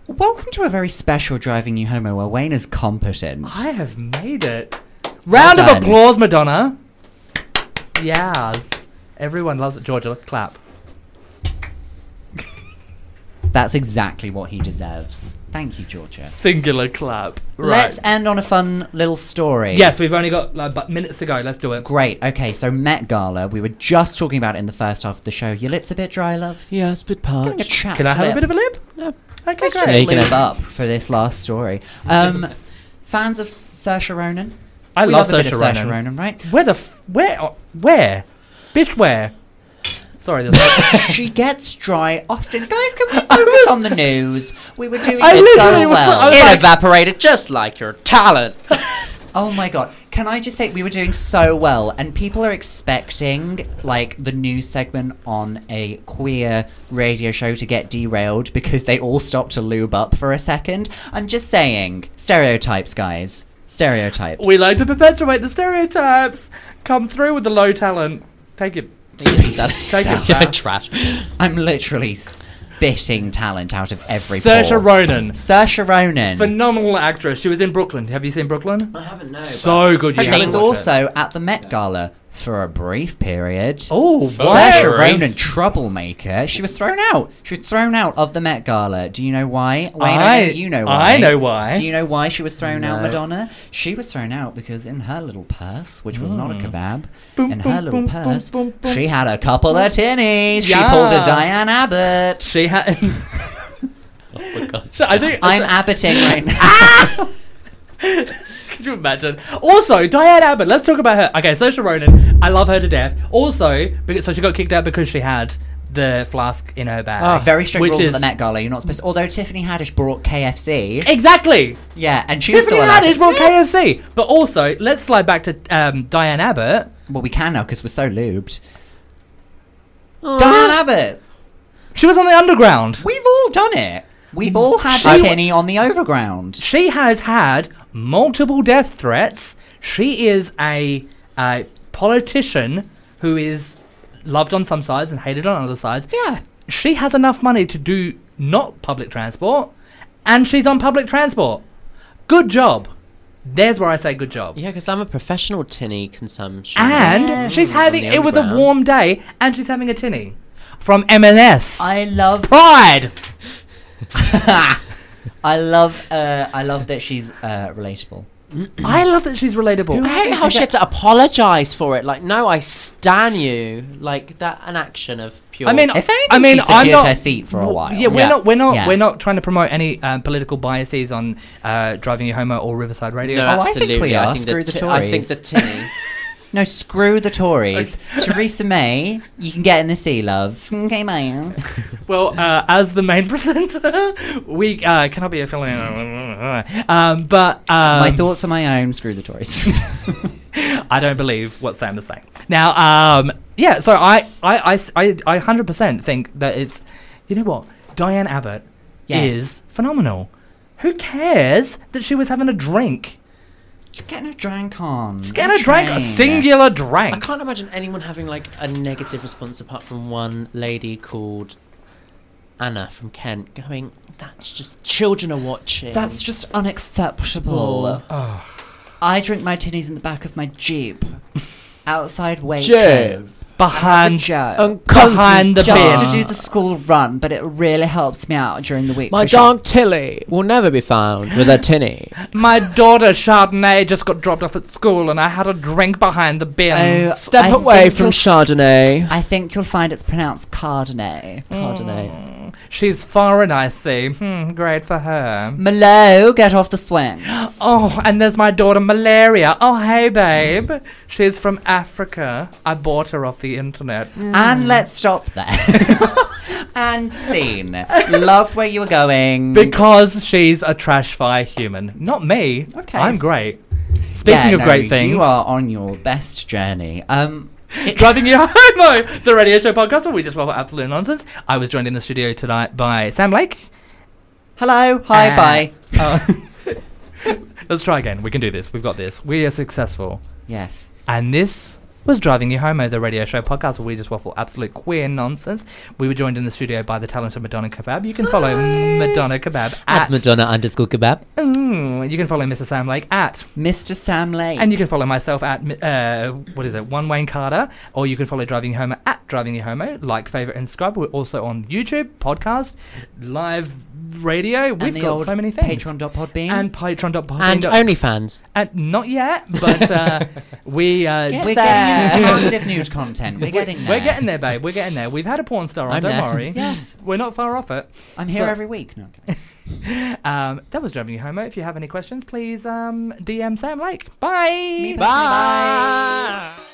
S2: Welcome to a very special Driving You Homo where Wayne is competent.
S1: I have made it. Round of
S2: done.
S1: applause, Madonna. Yes. Everyone loves it. Georgia, clap.
S2: That's exactly what he deserves. Thank you, Georgia.
S1: Singular clap. Right.
S2: Let's end on a fun little story.
S1: yes, we've only got like but minutes to go. Let's do it.
S2: Great. Okay, so Met Gala, we were just talking about it in the first half of the show. Your lips a bit dry, love.
S3: yeah, it's a bit
S2: Having a
S3: parched.
S2: chat
S1: Can I have a
S2: lip.
S1: bit of a lip? Okay,
S2: Let's just
S1: great.
S3: Yeah, you can
S2: lube
S3: have-
S2: up for this last story. Um, fans of S- Saoirse Ronan?
S1: I
S2: we
S1: love,
S2: love
S1: Saoirse
S2: a bit of
S1: Ronan.
S2: Saoirse Ronan, right?
S1: Where the f- where oh, where, bitch where? Sorry, there's.
S2: she gets dry often. Guys, can we
S1: I
S2: focus
S1: was-
S2: on the news? We were doing
S1: I
S2: it so
S1: literally was-
S2: well.
S1: I was
S3: It
S1: like-
S3: evaporated just like your talent.
S2: Oh my god. Can I just say we were doing so well, and people are expecting like the news segment on a queer radio show to get derailed because they all stop to lube up for a second. I'm just saying, stereotypes, guys, stereotypes.
S1: We like to perpetuate the stereotypes. Come through with the low talent. Take it.
S3: That's
S1: Take it
S3: yeah,
S1: back.
S3: trash.
S2: I'm literally spitting talent out of every. pore.
S1: Saoirse Ronan,
S2: Saoirse Ronan.
S1: phenomenal actress. She was in Brooklyn. Have you seen Brooklyn?
S3: I haven't no.
S1: So good. you
S2: She
S1: have
S3: Yeah.
S1: to
S2: was
S1: watch it.
S2: also at the Met Gala for a brief period.
S1: Oh,
S2: Saoirse
S1: wow.
S2: Ronan, troublemaker. She was thrown out. She was thrown out of the Met Gala. Do you know why? Wayne,
S1: I-
S2: know you know why.
S1: I know why.
S2: Do you know why she was thrown out,
S3: No.
S2: Madonna? She was thrown out because in her little purse, which was not a kebab,
S1: Hmm. Boom,
S2: in her
S1: boom,
S2: little
S1: boom, boom,
S2: purse,
S1: boom, boom.
S2: she had a couple of tinnies. She
S1: Yeah.
S2: pulled a Diane Abbott.
S1: She had.
S3: Oh my god.
S1: I think.
S2: I'm abboting right
S1: Ah!
S2: now.
S1: Could you imagine? Also, Diane Abbott. Let's talk about her. Okay, Saoirse Ronan. I love her to death. Also, because so she got kicked out because she had the flask in her bag.
S2: Oh, Very strict
S1: which
S2: rules at
S1: is-
S2: the Met Gala. You're not supposed. Although Tiffany Haddish brought KFC.
S1: Exactly.
S2: Yeah, and she was
S1: Tiffany
S2: still allowed.
S1: Haddish
S2: to-
S1: bought KFC. But also, let's slide back to um, Diane Abbott.
S2: Well, we can now because we're so lubed. Diane Abbott,
S1: She was on the underground.
S2: we've all done it. We've all had
S1: I-
S2: a tinny on the overground.
S1: She has had multiple death threats. She is a, a politician who is loved on some sides and hated on other sides.
S2: Yeah.
S1: She has enough money to do not public transport, and she's on public transport. Good job. There's where I say good job.
S3: Yeah, because I'm a professional tinny consumption.
S1: And
S2: Yes.
S1: she's having
S3: On the
S1: it was a
S3: underground.
S1: warm day, and she's having a tinny from M&S.
S2: I love.
S1: Pride.
S2: I love. Uh, I love that she's uh, relatable.
S1: I love that she's relatable.
S2: Who
S3: I hate how she had to apologise for it. Like, no, I stan you. Like that, an action of pure.
S1: I mean,
S2: If anything,
S1: I mean,
S2: she secured
S1: I'm not,
S2: her seat for a
S1: w-
S2: while.
S1: Yeah, we're
S3: Yeah.
S1: not, we're not,
S2: Yeah.
S1: we're not trying to promote any um, political biases on uh, driving you homo or Riverside Radio.
S2: Oh,
S3: no,
S2: I think
S3: absolutely.
S2: we are.
S3: think
S2: Screw
S3: the
S2: the
S3: ti- I
S2: Tories.
S3: think the tinny.
S2: No, screw the Tories. Theresa May, you can get in the sea, love. Okay, Maya.
S1: Well, uh, as the main presenter, we uh, cannot be affiliated. um, but um,
S2: My thoughts are my own. Screw the Tories.
S1: I don't believe what Sam is saying. Now, um, yeah, so I, I, I, I, I 100% think that it's, you know what? Diane Abbott
S2: Yes.
S1: is phenomenal. Who cares that she was having a drink?
S2: Getting a drink on.
S1: Get a drink, a singular drink.
S3: I can't imagine anyone having like a negative response apart from one lady called Anna from Kent going, "That's just children are watching."
S2: That's just unacceptable.
S3: Oh.
S2: I drink my tinnies in the back of my jeep. Outside waitress.
S1: behind
S2: Joe.
S1: behind the
S2: I used to
S1: bin.
S2: do the school run, but it really helps me out during the week.
S3: My
S2: 'cause I'm-
S3: dog Tilly will never be found with a tinny.
S1: My daughter Chardonnay just got dropped off at school, and I had a drink behind the bin.
S2: Oh,
S3: Step
S2: I
S3: away
S2: think
S3: from
S2: you'll-
S3: Chardonnay.
S2: I think you'll find it's pronounced Cardinay.
S3: Chardonnay.
S1: She's foreign, I see. Hmm, great for her.
S2: Malo, get off the swing.
S1: Oh, and there's my daughter Malaria. Oh, hey, babe. She's from Africa. I bought her off the internet.
S2: And let's stop there. and scene. Loved where you were going.
S1: Because she's a trash fire human. Not me.
S2: Okay.
S1: I'm great. Speaking
S2: Yeah,
S1: of
S2: no,
S1: great things.
S2: You are on your best journey. Um, it-
S1: Driving You Homo, the radio show podcast where we just waffle absolute nonsense. I was joined in the studio tonight by Sam Lake.
S2: Hello, hi,
S1: Ah.
S2: bye.
S1: Let's try again. We can do this. We've got this. We are successful.
S2: Yes.
S1: And this was Driving You Homo, the radio show podcast where we just waffle absolute queer nonsense. We were joined in the studio by the talented Madonna Kebab. You can follow Madonna Kebab at,
S3: Madonna underscore kebab.
S1: Mm, you can follow Mr. Sam Lake at
S2: Mr. Sam Lake.
S1: And you can follow myself at uh, what is it, One Wayne Carter, or you can follow Driving You Homo at Driving You Homo. Like, favorite, and subscribe. We're also on YouTube, podcast, live radio. We've
S2: and the
S1: got
S2: old
S1: so many things.
S2: Patreon.podbean.
S1: and Patreon.com.
S3: And OnlyFans.
S1: and not yet, but uh, we uh,
S2: we're
S1: we're,
S2: getting
S1: there.
S2: into positive news content. We're getting there.
S1: we're getting there, babe. We're getting there. We've had a porn star on.
S3: I'm
S1: don't
S3: there.
S1: worry.
S2: Yes.
S1: We're not far off it.
S2: I'm here
S1: So-
S2: every week. No, I'm kidding.
S1: Um, that was Driving You Homo. If you have any questions, please um, DM Sam Lake. Bye.
S2: Me personally, bye.
S1: Bye.